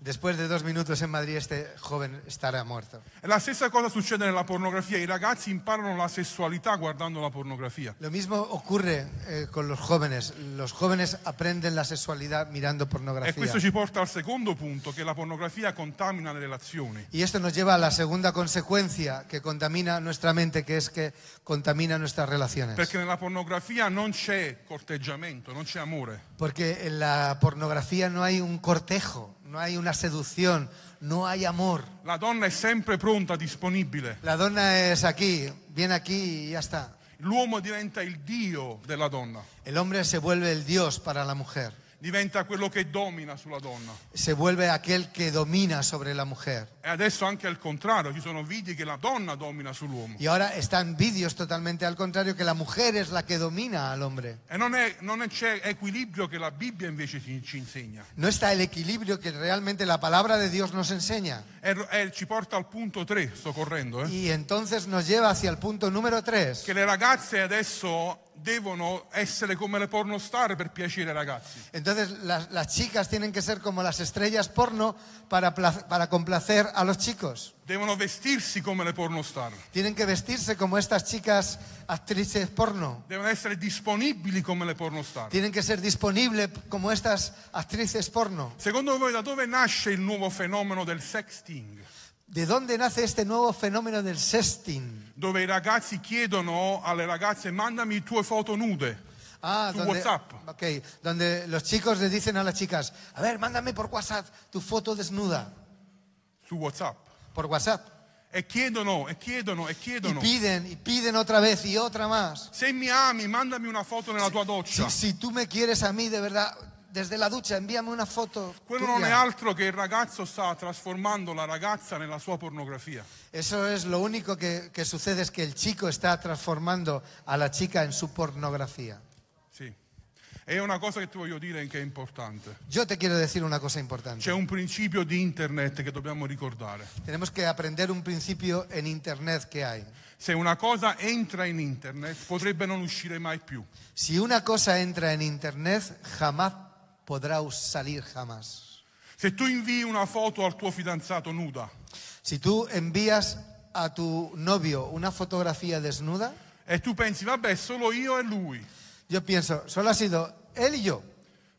Speaker 1: Después de dos minutos en Madrid, este joven estará muerto.
Speaker 2: E La stessa cosa succede nella pornografia, i ragazzi imparano la sessualità guardando la pornografia.
Speaker 1: Lo mismo ocurre eh, con los jóvenes. Los jóvenes aprenden la sexualidad mirando
Speaker 2: E
Speaker 1: pornografía.
Speaker 2: questo ci porta al secondo punto, che la pornografia contamina le relazioni.
Speaker 1: Y esto nos lleva a la segunda consecuencia que contamina nuestra mente, que es que contamina nuestras relaciones.
Speaker 2: Perché nella pornografia non c'è corteggiamento, non c'è amore.
Speaker 1: Porque en la pornografía no hay un cortejo, no hay una seducción, no hay amor.
Speaker 2: La donna è sempre pronta, disponibile.
Speaker 1: La donna es aquí, viene aquí y ya está.
Speaker 2: L'uomo diventa il dio della donna,
Speaker 1: El hombre se vuelve el Dios para la mujer,
Speaker 2: diventa quello che domina sulla donna.
Speaker 1: se vuelve aquel que domina sobre la mujer.
Speaker 2: E adesso anche al contrario, ci sono vidi che la donna domina sull'uomo.
Speaker 1: Y ahora están vídeos totalmente al contrario, que la mujer es la que domina al hombre.
Speaker 2: E non, è- non è- c'è equilibrio che la Bibbia invece ci, ci insegna.
Speaker 1: No está el equilibrio que realmente la palabra de Dios nos enseña.
Speaker 2: E, e ci porta al punto 3, sto correndo, eh,
Speaker 1: Y entonces nos lleva hacia el punto número 3,
Speaker 2: che le ragazze adesso devono essere come le pornostar per piacere ai ragazzi.
Speaker 1: Entonces las, las chicas tienen que ser como las estrellas porno para, pla- para complacer a los chicos.
Speaker 2: Devono vestirsi come le pornostar.
Speaker 1: Tienen que vestirse como estas chicas actrices porno.
Speaker 2: Devono essere disponibili come le pornostar.
Speaker 1: Tienen que ser disponibles como estas actrices porno.
Speaker 2: Secondo voi da dove nasce il nuovo fenomeno del sexting?
Speaker 1: ¿De dónde nace este nuevo fenómeno del sexting?
Speaker 2: Dove i ragazzi chiedono alle ragazze mandami tue foto nude.
Speaker 1: Ah,
Speaker 2: Su
Speaker 1: donde,
Speaker 2: WhatsApp.
Speaker 1: ok, donde los chicos le dicen a las chicas, a ver, mándame por WhatsApp tu foto desnuda,
Speaker 2: su WhatsApp
Speaker 1: por WhatsApp.
Speaker 2: e chiedono e chiedono e
Speaker 1: Y
Speaker 2: chiedono.
Speaker 1: piden, y piden otra vez y otra más.
Speaker 2: Se mi ami, mandami una foto nella tua
Speaker 1: Si,
Speaker 2: doccia.
Speaker 1: si tú me quieres a mí, de verdad, desde la ducha, envíame una foto.
Speaker 2: Quello
Speaker 1: tuya.
Speaker 2: non è altro che il ragazzo sta trasformando la ragazza nella sua pornografia.
Speaker 1: Eso es lo único que, que sucede, es que el chico está transformando a la chica en su pornografía.
Speaker 2: Sì. E una cosa che ti voglio dire che è importante.
Speaker 1: Yo te quiero decir una cosa importante.
Speaker 2: C'è un principio di internet che dobbiamo ricordare.
Speaker 1: Tenemos que aprender un principio en Internet que hay.
Speaker 2: Se una cosa entra in internet potrebbe non uscire mai più.
Speaker 1: Si una cosa entra en Internet, jamás podrá us- salir, jamás.
Speaker 2: Se tu invii una foto al tuo fidanzato nuda
Speaker 1: Si tú envías a tu novio una fotografía desnuda,
Speaker 2: e tu pensi vabbè solo io e lui,
Speaker 1: yo pienso, solo ha sido él y yo.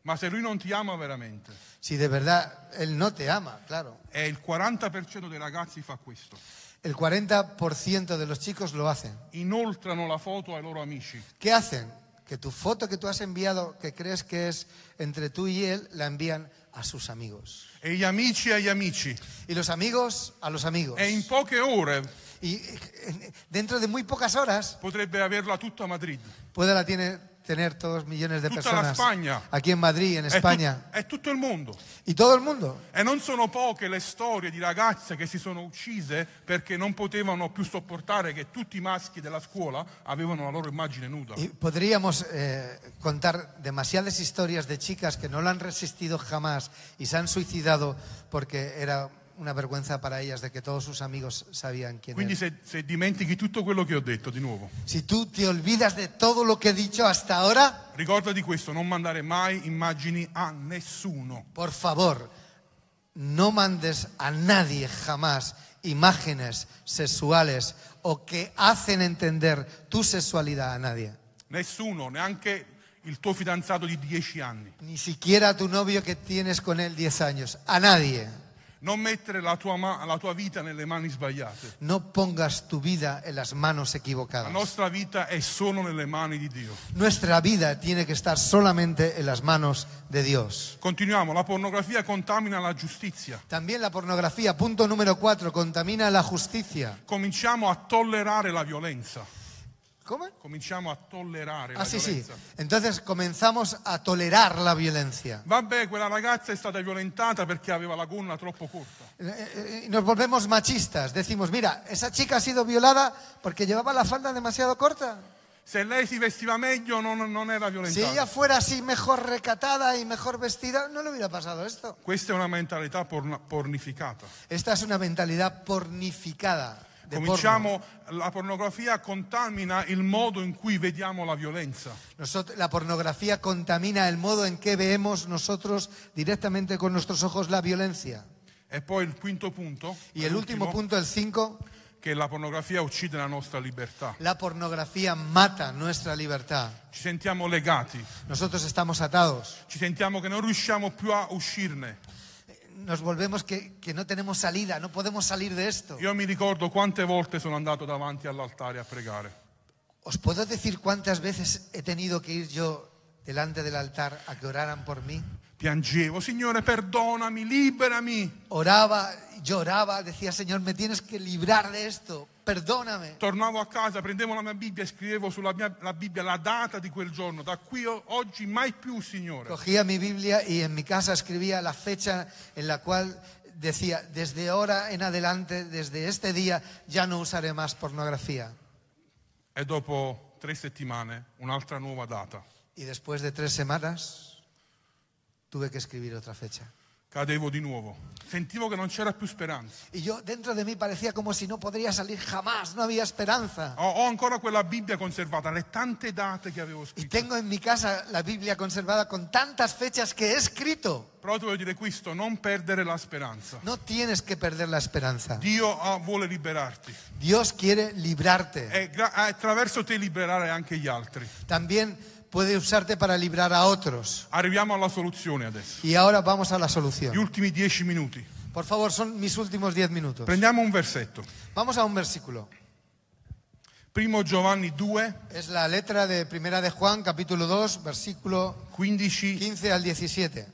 Speaker 2: ma se lui non ti ama veramente
Speaker 1: Si de verdad él no te ama, claro.
Speaker 2: E il 40% dei ragazzi fa questo.
Speaker 1: El 40% de los chicos lo hacen.
Speaker 2: Inoltrano la foto ai loro amici.
Speaker 1: ¿Qué hacen? Que tu foto que tú has enviado, que crees que es entre tú y él, la envían a sus amigos.
Speaker 2: E gli amici agli amici.
Speaker 1: Y los amigos a los amigos.
Speaker 2: E in poche ore
Speaker 1: Y eh, dentro de muy pocas horas
Speaker 2: potrebbe averla tutta Madrid.
Speaker 1: puede la tiene, tener todos millones de
Speaker 2: Tutta la
Speaker 1: personas
Speaker 2: Spagna.
Speaker 1: aquí en Madrid, en
Speaker 2: È,
Speaker 1: España
Speaker 2: tut- è tutto il mondo.
Speaker 1: y todo el mundo.
Speaker 2: E non sono poche le storie di ragazze che si sono uccise perché non potevano più sopportare che tutti i maschi della scuola avevano la loro immagine nuda.
Speaker 1: Y podríamos eh, contar demasiadas historias de chicas que no lo han resistido jamás y se han suicidado porque era una vergüenza para ellas de que todos sus amigos sabían quién
Speaker 2: Quindi
Speaker 1: era.
Speaker 2: se, se dimentichi tutto quello che ho detto di nuovo,
Speaker 1: Si tú te olvidas de todo lo que he dicho hasta ahora,
Speaker 2: ricordati questo, non mandare mai immagini a nessuno.
Speaker 1: por favor, no mandes a nadie jamás imágenes sexuales o que hacen entender tu sexualidad a nadie.
Speaker 2: Nessuno, neanche il tuo fidanzato di 10 anni.
Speaker 1: Ni siquiera a tu novio que tienes con él 10 años. A nadie.
Speaker 2: Non mettere la tua, ma- la tua vita nelle mani sbagliate.
Speaker 1: No pongas tu vida en las manos
Speaker 2: La
Speaker 1: equivocadas.
Speaker 2: nostra vita è solo nelle mani di Dio.
Speaker 1: Nuestra vida tiene que estar solamente en las manos de Dios.
Speaker 2: Continuiamo, la pornografia contamina la giustizia.
Speaker 1: También la pornografía, punto número 4, contamina la justicia.
Speaker 2: Cominciamo a tollerare la violenza.
Speaker 1: ¿Cómo?
Speaker 2: Cominciamo a tollerare la
Speaker 1: Ah, sí, sí.
Speaker 2: violenza.
Speaker 1: Entonces comenzamos a tolerar la violencia.
Speaker 2: Vabbè, quella ragazza è stata violentata perché aveva la gonna troppo corta.
Speaker 1: Eh, eh, eh, Nos volvemos machistas. Decimos, mira, esa chica ha sido violada porque llevaba la falda demasiado corta.
Speaker 2: Se lei si vestiva meglio non, non era
Speaker 1: Si
Speaker 2: violentata.
Speaker 1: ella fuera así mejor recatada y mejor vestida, no le hubiera pasado esto.
Speaker 2: Questa è una mentalità porna- pornificata.
Speaker 1: Esta es una mentalidad pornificada. De porno.
Speaker 2: Cominciamo, la pornografia contamina il modo in cui vediamo la violenza.
Speaker 1: Nosot- la pornografía contamina el modo en que vemos nosotros directamente con nuestros ojos la violencia.
Speaker 2: E poi il quinto punto,
Speaker 1: Y el último punto, el 5,
Speaker 2: che la pornografia uccide la nostra libertà.
Speaker 1: la pornografía mata nuestra libertad.
Speaker 2: Ci sentiamo legati,
Speaker 1: Nosotros estamos atados.
Speaker 2: ci sentiamo che non riusciamo più a uscirne.
Speaker 1: Nos volvemos que, que no tenemos salida, no podemos salir de esto.
Speaker 2: Io mi ricordo quante volte sono andato davanti all'altare a pregare.
Speaker 1: ¿Os puedo decir cuántas veces he tenido que ir yo delante del altar a que oraran por mí?
Speaker 2: Piangevo, Signore, perdonami, liberami.
Speaker 1: Oraba, lloraba, decía, Señor, me tienes que librar de esto, perdóname.
Speaker 2: Tornavo a casa, prendevo la mia Bibbia e scrivevo sulla mia la Bibbia la data di quel giorno. Da qui o- oggi mai più, Signore.
Speaker 1: Cogía mi Biblia y en mi casa escribía la fecha en la cual decía, desde ahora en adelante, desde este día, ya no usaré más pornografía.
Speaker 2: E dopo tre settimane, un'altra nuova data.
Speaker 1: Y después de tres semanas, tuve que escribir otra fecha.
Speaker 2: cadevo di nuovo. Sentivo che non c'era più speranza.
Speaker 1: Y yo dentro de mí parecía como si no podría salir jamás, no había esperanza.
Speaker 2: Ho, ho ancora quella Bibbia conservata, le tante date che avevo
Speaker 1: Y
Speaker 2: scritto.
Speaker 1: tengo en mi casa la Biblia conservada con tantas fechas que he escrito.
Speaker 2: Però ti voglio dire questo, non perdere la speranza.
Speaker 1: No tienes que perder la esperanza.
Speaker 2: Dio ah, vuole liberarti
Speaker 1: Dios quiere librarte.
Speaker 2: e gra- attraverso te liberare anche gli altri.
Speaker 1: También puede usarte para librar a otros.
Speaker 2: Arriviamo alla soluzione adesso.
Speaker 1: Y ahora vamos a la
Speaker 2: Gli
Speaker 1: solución.
Speaker 2: ultimi dieci minuti.
Speaker 1: Por favor, son mis últimos diez minutos.
Speaker 2: Prendiamo un versetto.
Speaker 1: Vamos a un versículo.
Speaker 2: Primo Giovanni 2,
Speaker 1: Es la letra de Primera de Juan, capítulo 2, versículo
Speaker 2: 15.
Speaker 1: 15 al 17.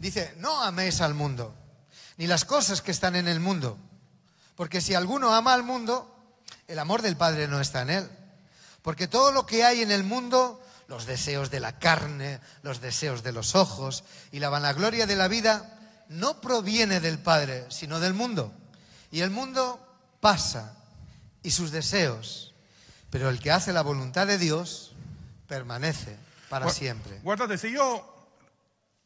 Speaker 1: Dice, no améis al mundo, ni las cosas que están en el mundo, porque si alguno ama al mundo, el amor del Padre no está en él. Porque todo lo que hay en el mundo, los deseos de la carne, los deseos de los ojos y la vanagloria de la vida, no proviene del Padre, sino del mundo. Y el mundo pasa y sus deseos, pero el que hace la voluntad de Dios permanece para
Speaker 2: Gua-
Speaker 1: siempre.
Speaker 2: Guardate, se io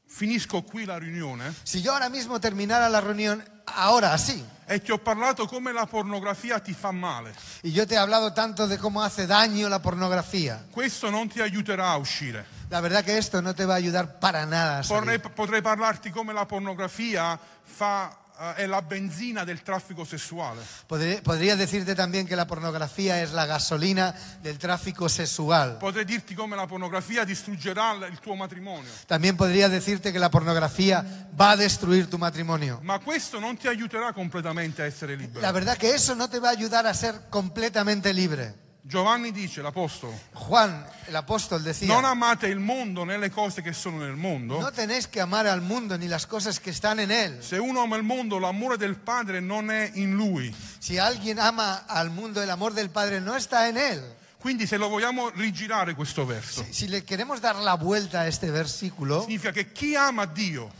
Speaker 2: finisco qui la riunione
Speaker 1: Si yo ahora mismo terminara la reunión, ahora así,
Speaker 2: eh, e ti ho parlato come la pornografia ti fa male,
Speaker 1: y yo te he hablado tanto de cómo hace daño la pornografía,
Speaker 2: questo non ti aiuterà a uscire.
Speaker 1: la verdad que esto no te va a ayudar para nada. a salir.
Speaker 2: Potrei, potrei parlarti come la pornografia fa, eh, è la benzina del traffico sessuale.
Speaker 1: Podré- podría decirte también que la pornografía es la gasolina del tráfico sexual.
Speaker 2: Potrei dirti come la pornografia distruggerà l- il tuo matrimonio.
Speaker 1: También podría decirte que la pornografía va a destruir tu matrimonio.
Speaker 2: Ma questo non ti aiuterà completamente a essere
Speaker 1: La
Speaker 2: libero.
Speaker 1: verdad que eso no te va a ayudar a ser completamente libre.
Speaker 2: Giovanni dice, l'apostolo,
Speaker 1: Juan, el apóstol, decía,
Speaker 2: non amate il mondo né le cose che sono nel mondo.
Speaker 1: no tenéis que amar al mundo ni las cosas que están en él.
Speaker 2: Se uno ama il mondo, l'amore del Padre non è in lui.
Speaker 1: Si alguien ama al mundo, el amor del Padre no está en él.
Speaker 2: Quindi se lo vogliamo rigirare questo verso,
Speaker 1: Si le queremos dar la vuelta a este versículo,
Speaker 2: significa che chi ama Dio,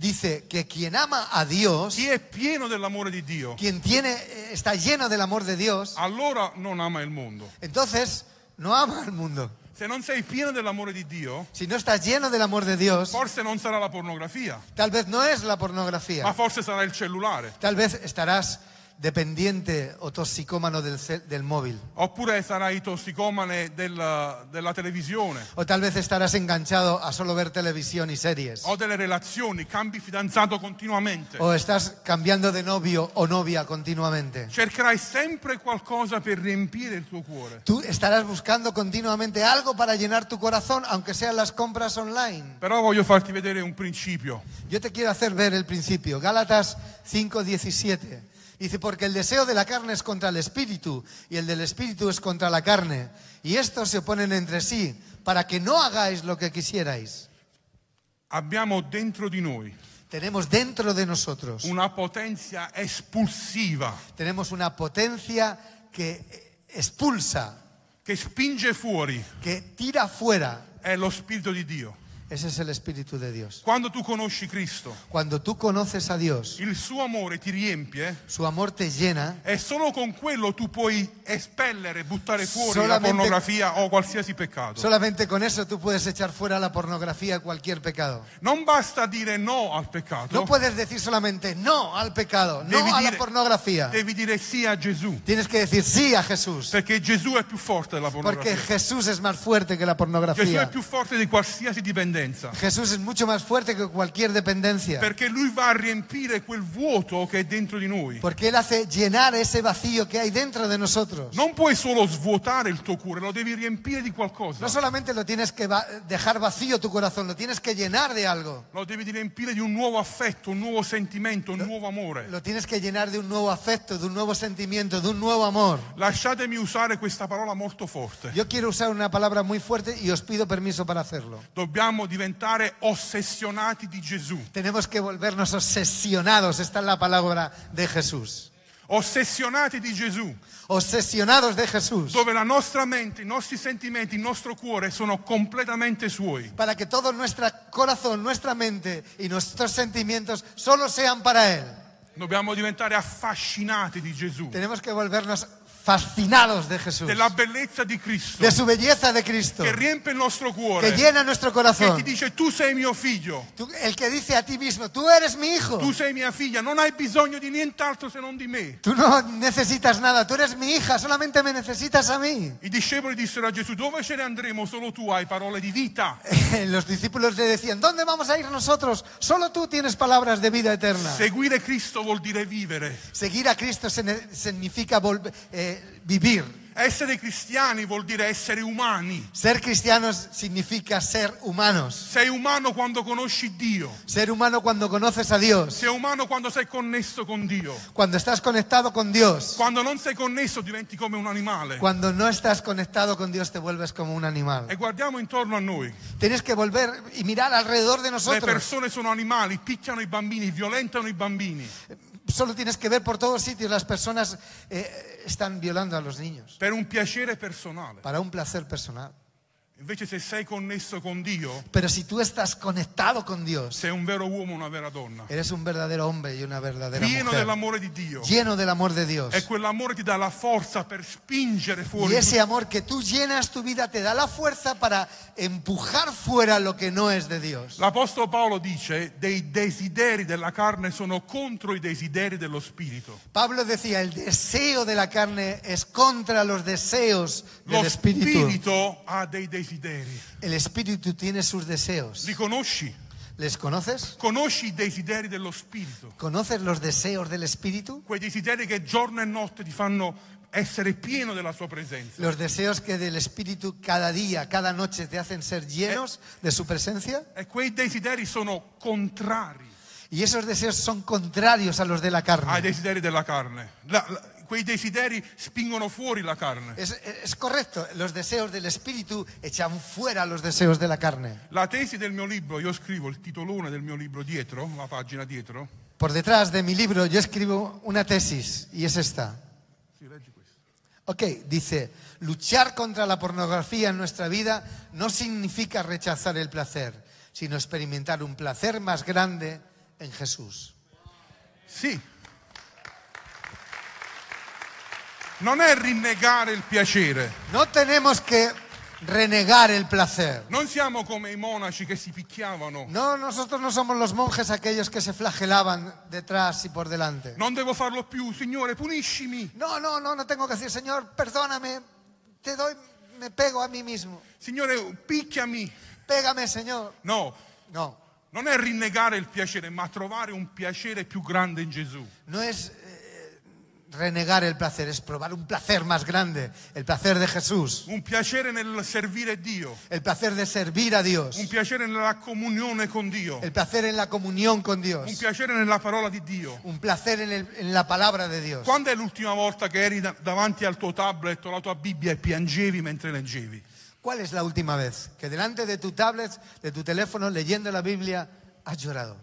Speaker 1: dice que quien ama a Dios,
Speaker 2: chi è pieno dell'amore di Dio,
Speaker 1: quien tiene, eh, está lleno del amor de Dios,
Speaker 2: allora non ama il mondo.
Speaker 1: entonces no ama al mundo.
Speaker 2: Se non sei pieno dell'amore di Dio,
Speaker 1: Si no está lleno del amor de Dios,
Speaker 2: forse non sarà la pornografia,
Speaker 1: tal vez no es la
Speaker 2: ma
Speaker 1: pornografía.
Speaker 2: forse sarà il cellulare,
Speaker 1: Tal vez estarás dependiente o toxicómano del, cel- del móvil.
Speaker 2: oppure sarà i tossicomane del- della televisione,
Speaker 1: O tal vez estarás enganchado a solo ver televisión y series.
Speaker 2: o delle relazioni, cambi fidanzato continuamente.
Speaker 1: O estás cambiando de novio o novia continuamente.
Speaker 2: Cercherai sempre qualcosa per riempire il tuo cuore.
Speaker 1: Tú estarás buscando continuamente algo para llenar tu corazón, aunque sean las compras online.
Speaker 2: Però voglio farti vedere un principio.
Speaker 1: Yo te quiero hacer ver el principio. Gálatas 5:17. Dice, porque el deseo de la carne es contra el espíritu y el del espíritu es contra la carne. Y estos se oponen entre sí para que no hagáis lo que quisierais.
Speaker 2: Abbiamo dentro di noi
Speaker 1: Tenemos dentro de nosotros,
Speaker 2: una potenza espulsiva
Speaker 1: tenemos una potencia que eh, expulsa,
Speaker 2: che spinge fuori.
Speaker 1: que tira fuera.
Speaker 2: È lo Spirito di Dio.
Speaker 1: Ese es el espíritu de Dios.
Speaker 2: Quando tu conosci Cristo,
Speaker 1: Cuando tú conoces a Dios,
Speaker 2: il suo amore ti riempie
Speaker 1: su amor te llena
Speaker 2: e solo con quello tu puoi espellere, buttare fuori la
Speaker 1: Solamente-
Speaker 2: pornografia o qualsiasi peccato.
Speaker 1: Solamente con eso tú puedes echar fuera la pornografía y cualquier pecado.
Speaker 2: non basta dire no al peccato,
Speaker 1: No puedes decir solamente no al pecado, no
Speaker 2: devi,
Speaker 1: a la
Speaker 2: dire,
Speaker 1: pornografía.
Speaker 2: devi dire sì a Gesù,
Speaker 1: Tienes que decir sí a Jesús,
Speaker 2: perché Gesù è più forte della
Speaker 1: porque
Speaker 2: pornografia.
Speaker 1: Jesús es más fuerte que la
Speaker 2: Gesù è
Speaker 1: pornografía.
Speaker 2: più forte di qualsiasi dipendenza,
Speaker 1: Jesús es mucho más fuerte que cualquier dependencia,
Speaker 2: perché lui va a riempire quel vuoto che è dentro di noi.
Speaker 1: porque Él hace llenar ese vacío que hay dentro de nosotros.
Speaker 2: Non puoi solo svuotare il tuo cuore, lo devi riempire di qualcosa.
Speaker 1: No solamente lo tienes que va- dejar vacío tu corazón, lo tienes que llenar de algo.
Speaker 2: Lo devi riempire di un nuovo affetto, un nuovo sentimento, un nuovo amore.
Speaker 1: Lo tienes que llenar de un nuevo afecto, de un nuevo sentimiento, de un nuevo amor.
Speaker 2: Lasciatemi usare questa parola molto forte.
Speaker 1: Yo quiero usar una palabra muy fuerte y os pido permiso para hacerlo.
Speaker 2: Dobbiamo diventare ossessionati di Gesù.
Speaker 1: Tenemos que volvernos obsesionados, está en la palabra de Jesús.
Speaker 2: Ossessionati di Gesù,
Speaker 1: Obsesionados de Jesús.
Speaker 2: dove la nostra mente, i nostri sentimenti, il nostro cuore sono completamente suoi.
Speaker 1: Para que todo nuestro corazón, nuestra mente y nuestros sentimientos solo sean para Él.
Speaker 2: Dobbiamo diventare affascinati di Gesù.
Speaker 1: Tenemos que volvernos fascinados de Jesús,
Speaker 2: della bellezza di Cristo
Speaker 1: de su belleza de Cristo,
Speaker 2: che riempie il nostro
Speaker 1: que
Speaker 2: cuore,
Speaker 1: llena nuestro
Speaker 2: che ti
Speaker 1: corazón.
Speaker 2: dice tu sei mio figlio,
Speaker 1: Tú- el que dice a ti mismo, tú eres mi hijo,
Speaker 2: tu sei mia figlia, non hai bisogno di nient'altro se non di me.
Speaker 1: tú no necesitas nada, tú eres mi hija, solamente me necesitas a mí.
Speaker 2: I discepoli dissero a Gesù dove ce ne andremo? Solo tu hai parole di vita.
Speaker 1: Eh, Los discípulos le decían, ¿dónde vamos a ir nosotros? Solo tú tienes palabras de vida eterna.
Speaker 2: Seguire Cristo vuol dire vivere.
Speaker 1: Seguir a Cristo se- significa volve- eh, vivir.
Speaker 2: Essere cristiani vuol dire essere umani.
Speaker 1: Ser cristianos significa ser humanos.
Speaker 2: Sei umano quando conosci Dio.
Speaker 1: Ser humano cuando conoces a Dios,
Speaker 2: Sei umano quando sei connesso con Dio.
Speaker 1: cuando estás conectado con Dios.
Speaker 2: Quando non sei connesso diventi come un animale.
Speaker 1: Cuando no estás conectado con Dios te vuelves como un animal.
Speaker 2: E guardiamo intorno a noi.
Speaker 1: Tienes que volver y mirar alrededor de
Speaker 2: Le
Speaker 1: nosotros.
Speaker 2: persone sono animali, picchiano i bambini, violentano i bambini.
Speaker 1: Solo tienes que ver por todos sitios. Las personas eh, están violando a los niños
Speaker 2: per un piacere personale.
Speaker 1: para un placer personal.
Speaker 2: Invece se sei connesso con Dio,
Speaker 1: Pero si tú estás conectado con Dios,
Speaker 2: sei un vero uomo, una vera donna,
Speaker 1: eres un verdadero hombre y una verdadera
Speaker 2: pieno
Speaker 1: mujer.
Speaker 2: dell'amore di Dio.
Speaker 1: Lleno del amor de Dios.
Speaker 2: E quell'amore ti dà la forza per spingere
Speaker 1: Y
Speaker 2: fuori.
Speaker 1: ese amor que tú llenas tu vida te da la fuerza para empujar fuera lo que no es de Dios.
Speaker 2: L'Apostolo Paolo dice, dei desideri della carne sono contro i desideri dello Spirito.
Speaker 1: Pablo decía, el deseo de la carne es contra los deseos
Speaker 2: Lo
Speaker 1: del espíritu.
Speaker 2: Spirito ha dei desideri.
Speaker 1: El espíritu tiene sus deseos.
Speaker 2: Li conosci?
Speaker 1: ¿Les conoces?
Speaker 2: Conosci i desideri dello Spirito.
Speaker 1: ¿Conoces los deseos del espíritu?
Speaker 2: Quei desideri che giorno e notte ti fanno essere pieno della sua presenza.
Speaker 1: Los deseos que del espíritu cada día, cada noche te hacen ser llenos de su presencia.
Speaker 2: E quei desideri sono contrari.
Speaker 1: Y esos deseos son contrarios a los de la
Speaker 2: ai
Speaker 1: carne.
Speaker 2: desideri della carne. La- la- quei desideri spingono fuori la carne.
Speaker 1: Es, es correcto, los deseos del espíritu echan fuera los deseos de la carne.
Speaker 2: La tesi del mio libro, io scrivo il titolone del mio libro dietro, la pagina dietro.
Speaker 1: Por detrás de mi libro yo escribo una tesis y es esta.
Speaker 2: Sì, leggi questo.
Speaker 1: Ok, dice, luchar contra la pornografía en nuestra vida no significa rechazar el placer, sino experimentar un placer más grande en Jesús.
Speaker 2: Sì. Non è rinnegare il piacere.
Speaker 1: No tenemos que renegar el placer.
Speaker 2: Non siamo come i monaci che si picchiavano.
Speaker 1: No, nosotros no somos los monjes aquellos que se flagelaban detrás y por delante.
Speaker 2: Non devo farlo più, Signore, puniscimi.
Speaker 1: No, no, no, no tengo que decir, Señor, perdóname, te doy, me pego a mí mismo.
Speaker 2: Signore, picchiami.
Speaker 1: Pégame, Señor.
Speaker 2: No,
Speaker 1: No,
Speaker 2: non è rinnegare il piacere, ma trovare un piacere più grande in Gesù.
Speaker 1: no es eh, renegar el placer, es probar un placer más grande, el placer de Jesús,
Speaker 2: Un piacere nel servire Dio.
Speaker 1: el placer de servir a Dios,
Speaker 2: un piacere nella comunione con Dio,
Speaker 1: el placer en la comunión con
Speaker 2: un
Speaker 1: Dios,
Speaker 2: piacere nella parola di Dio.
Speaker 1: un placer en, el- en la palabra de Dios.
Speaker 2: Quando è l'ultima volta che eri da- davanti al tuo tablet o alla tua Bibbia e piangevi mentre leggevi?
Speaker 1: ¿Cuál es la última vez que delante de tu tablet, de tu teléfono, leyendo la Biblia, has llorado?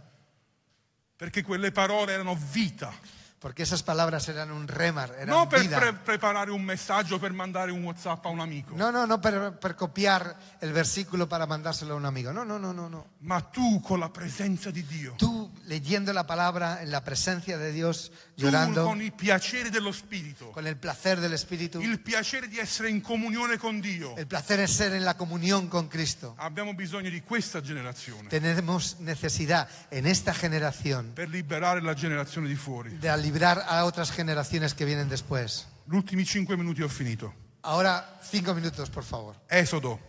Speaker 2: Perché quelle parole erano vita,
Speaker 1: Porque esas palabras eran un remar, eran
Speaker 2: non per
Speaker 1: vida.
Speaker 2: pre- preparare un messaggio per mandare un WhatsApp a un amico,
Speaker 1: No, no, no per, per copiar el versículo para mandárselo a un amigo. No, no, no, no, no.
Speaker 2: ma tu con la presenza di Dio,
Speaker 1: Tú leyendo la palabra en la presencia de Dios,
Speaker 2: tu
Speaker 1: llorando,
Speaker 2: con il piacere dello Spirito,
Speaker 1: con el placer del Espíritu,
Speaker 2: il piacere di essere in comunione con Dio.
Speaker 1: el placer es ser en la comunión con Cristo.
Speaker 2: Abbiamo bisogno di questa generazione
Speaker 1: Tenemos necesidad en esta generación
Speaker 2: per liberare la generazione di fuori.
Speaker 1: de librar a otras generaciones que vienen después.
Speaker 2: Gli ultimi cinque minuti ho finito.
Speaker 1: Ahora cinco minutos, por favor,
Speaker 2: Esodo.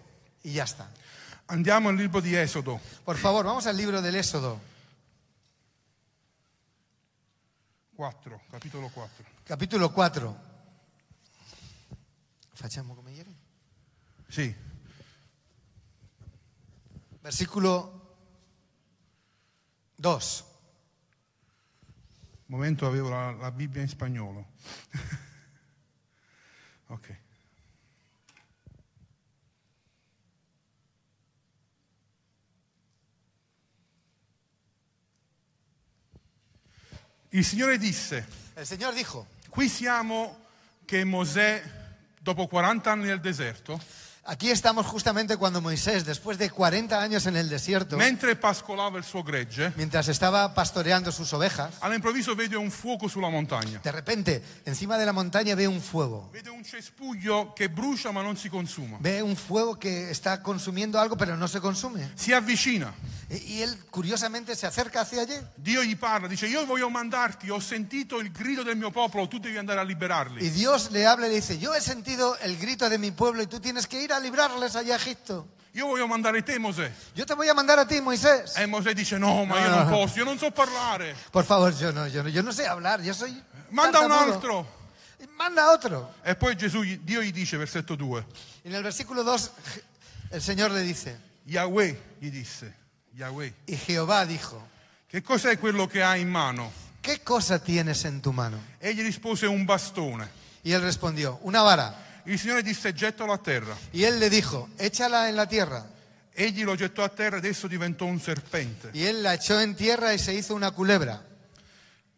Speaker 1: y ya está.
Speaker 2: Andiamo al libro di Esodo,
Speaker 1: Por favor, vamos al libro del Éxodo,
Speaker 2: 4, capitolo 4.
Speaker 1: capítulo 4. Facciamo come ieri?
Speaker 2: Sì,
Speaker 1: Versículo 2.
Speaker 2: momento avevo la, la Bibbia in spagnolo. ok. Il Signore disse,
Speaker 1: El Señor dijo,
Speaker 2: qui siamo che Mosè, dopo 40 anni nel deserto,
Speaker 1: Aquí estamos justamente cuando Moisés, después de 40 años en el desierto,
Speaker 2: Mentre pascolava il suo gregge,
Speaker 1: mientras estaba pastoreando sus ovejas,
Speaker 2: all'improvviso vede un fuoco sulla montagna.
Speaker 1: de repente encima de la montaña ve un fuego.
Speaker 2: Vede un cespuglio che brucia ma non si consuma.
Speaker 1: Ve un fuego que está consumiendo algo pero no se consume.
Speaker 2: Si avvicina.
Speaker 1: E- Y él curiosamente se acerca hacia allí
Speaker 2: Dio gli parla, dice io voglio mandarti, ho sentito il grido del mio popolo, tu devi andare a liberarli.
Speaker 1: y Dios le habla y le dice, yo he sentido el grito de mi pueblo y tú tienes que ir a librarles allá a Egipto.
Speaker 2: Io voglio mandare te Mosè.
Speaker 1: Yo te voy a mandar a ti, Moisés.
Speaker 2: E Mosè dice no, ma
Speaker 1: No,
Speaker 2: io
Speaker 1: no,
Speaker 2: non
Speaker 1: no.
Speaker 2: posso, io non so parlare.
Speaker 1: Por favor, yo no, yo no, yo no sé hablar, yo soy...
Speaker 2: Manda un
Speaker 1: tartamudo".
Speaker 2: altro.
Speaker 1: Y Manda otro.
Speaker 2: E poi Gesù, gli- Dio gli dice, versetto 2,
Speaker 1: En el versículo 2 el Señor le dice,
Speaker 2: Yahweh gli disse, Yahweh,
Speaker 1: y Jehová dijo,
Speaker 2: che cos'è quello che hai in mano?
Speaker 1: ¿qué cosa tienes en tu mano?
Speaker 2: Egli rispose un bastone.
Speaker 1: Y él respondió, una vara.
Speaker 2: Il Signore disse gettalo a terra.
Speaker 1: Y él le dijo, échala en la tierra.
Speaker 2: Egli lo gettò a terra ed esso diventò un serpente.
Speaker 1: Y él la echó en tierra y se hizo una culebra.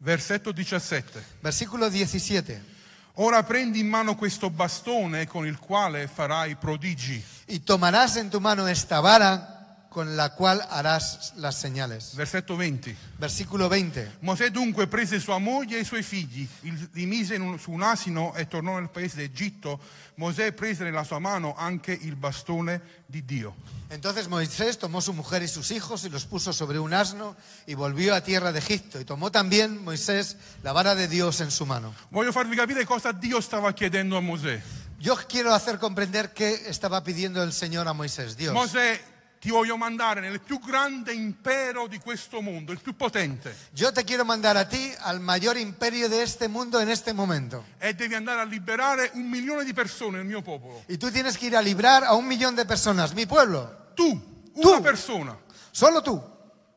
Speaker 2: Versetto 17.
Speaker 1: Versículo 17.
Speaker 2: Ora prendi in mano questo bastone con il quale farai prodigi.
Speaker 1: Y tomarás en tu mano esta vara con la cual harás las señales.
Speaker 2: Versetto 20.
Speaker 1: Versículo 20.
Speaker 2: Mosè dunque prese sua moglie e i suoi figli, il- li mise in un- su un asino e tornò nel paese d'Egitto. Mosè prese nella sua mano anche il bastone di Dio.
Speaker 1: Entonces Moisés tomó su mujer y sus hijos y los puso sobre un asno y volvió a tierra de Egipto. Y tomó también Moisés la vara de Dios en su mano.
Speaker 2: Voglio farvi capire cosa Dio stava chiedendo a Mosè.
Speaker 1: Yo quiero hacer comprender qué estaba pidiendo el Señor a Moisés, Dios.
Speaker 2: Mosè, ti voglio mandare nel più grande impero di questo mondo, il più potente,
Speaker 1: Yo te quiero mandar a ti al mayor imperio de este mundo en este momento.
Speaker 2: e devi andare a liberare un milione di persone, il mio popolo.
Speaker 1: Y tú tienes que ir a librar a un millón de personas, mi pueblo,
Speaker 2: Tu, una
Speaker 1: Tu.
Speaker 2: persona,
Speaker 1: solo tú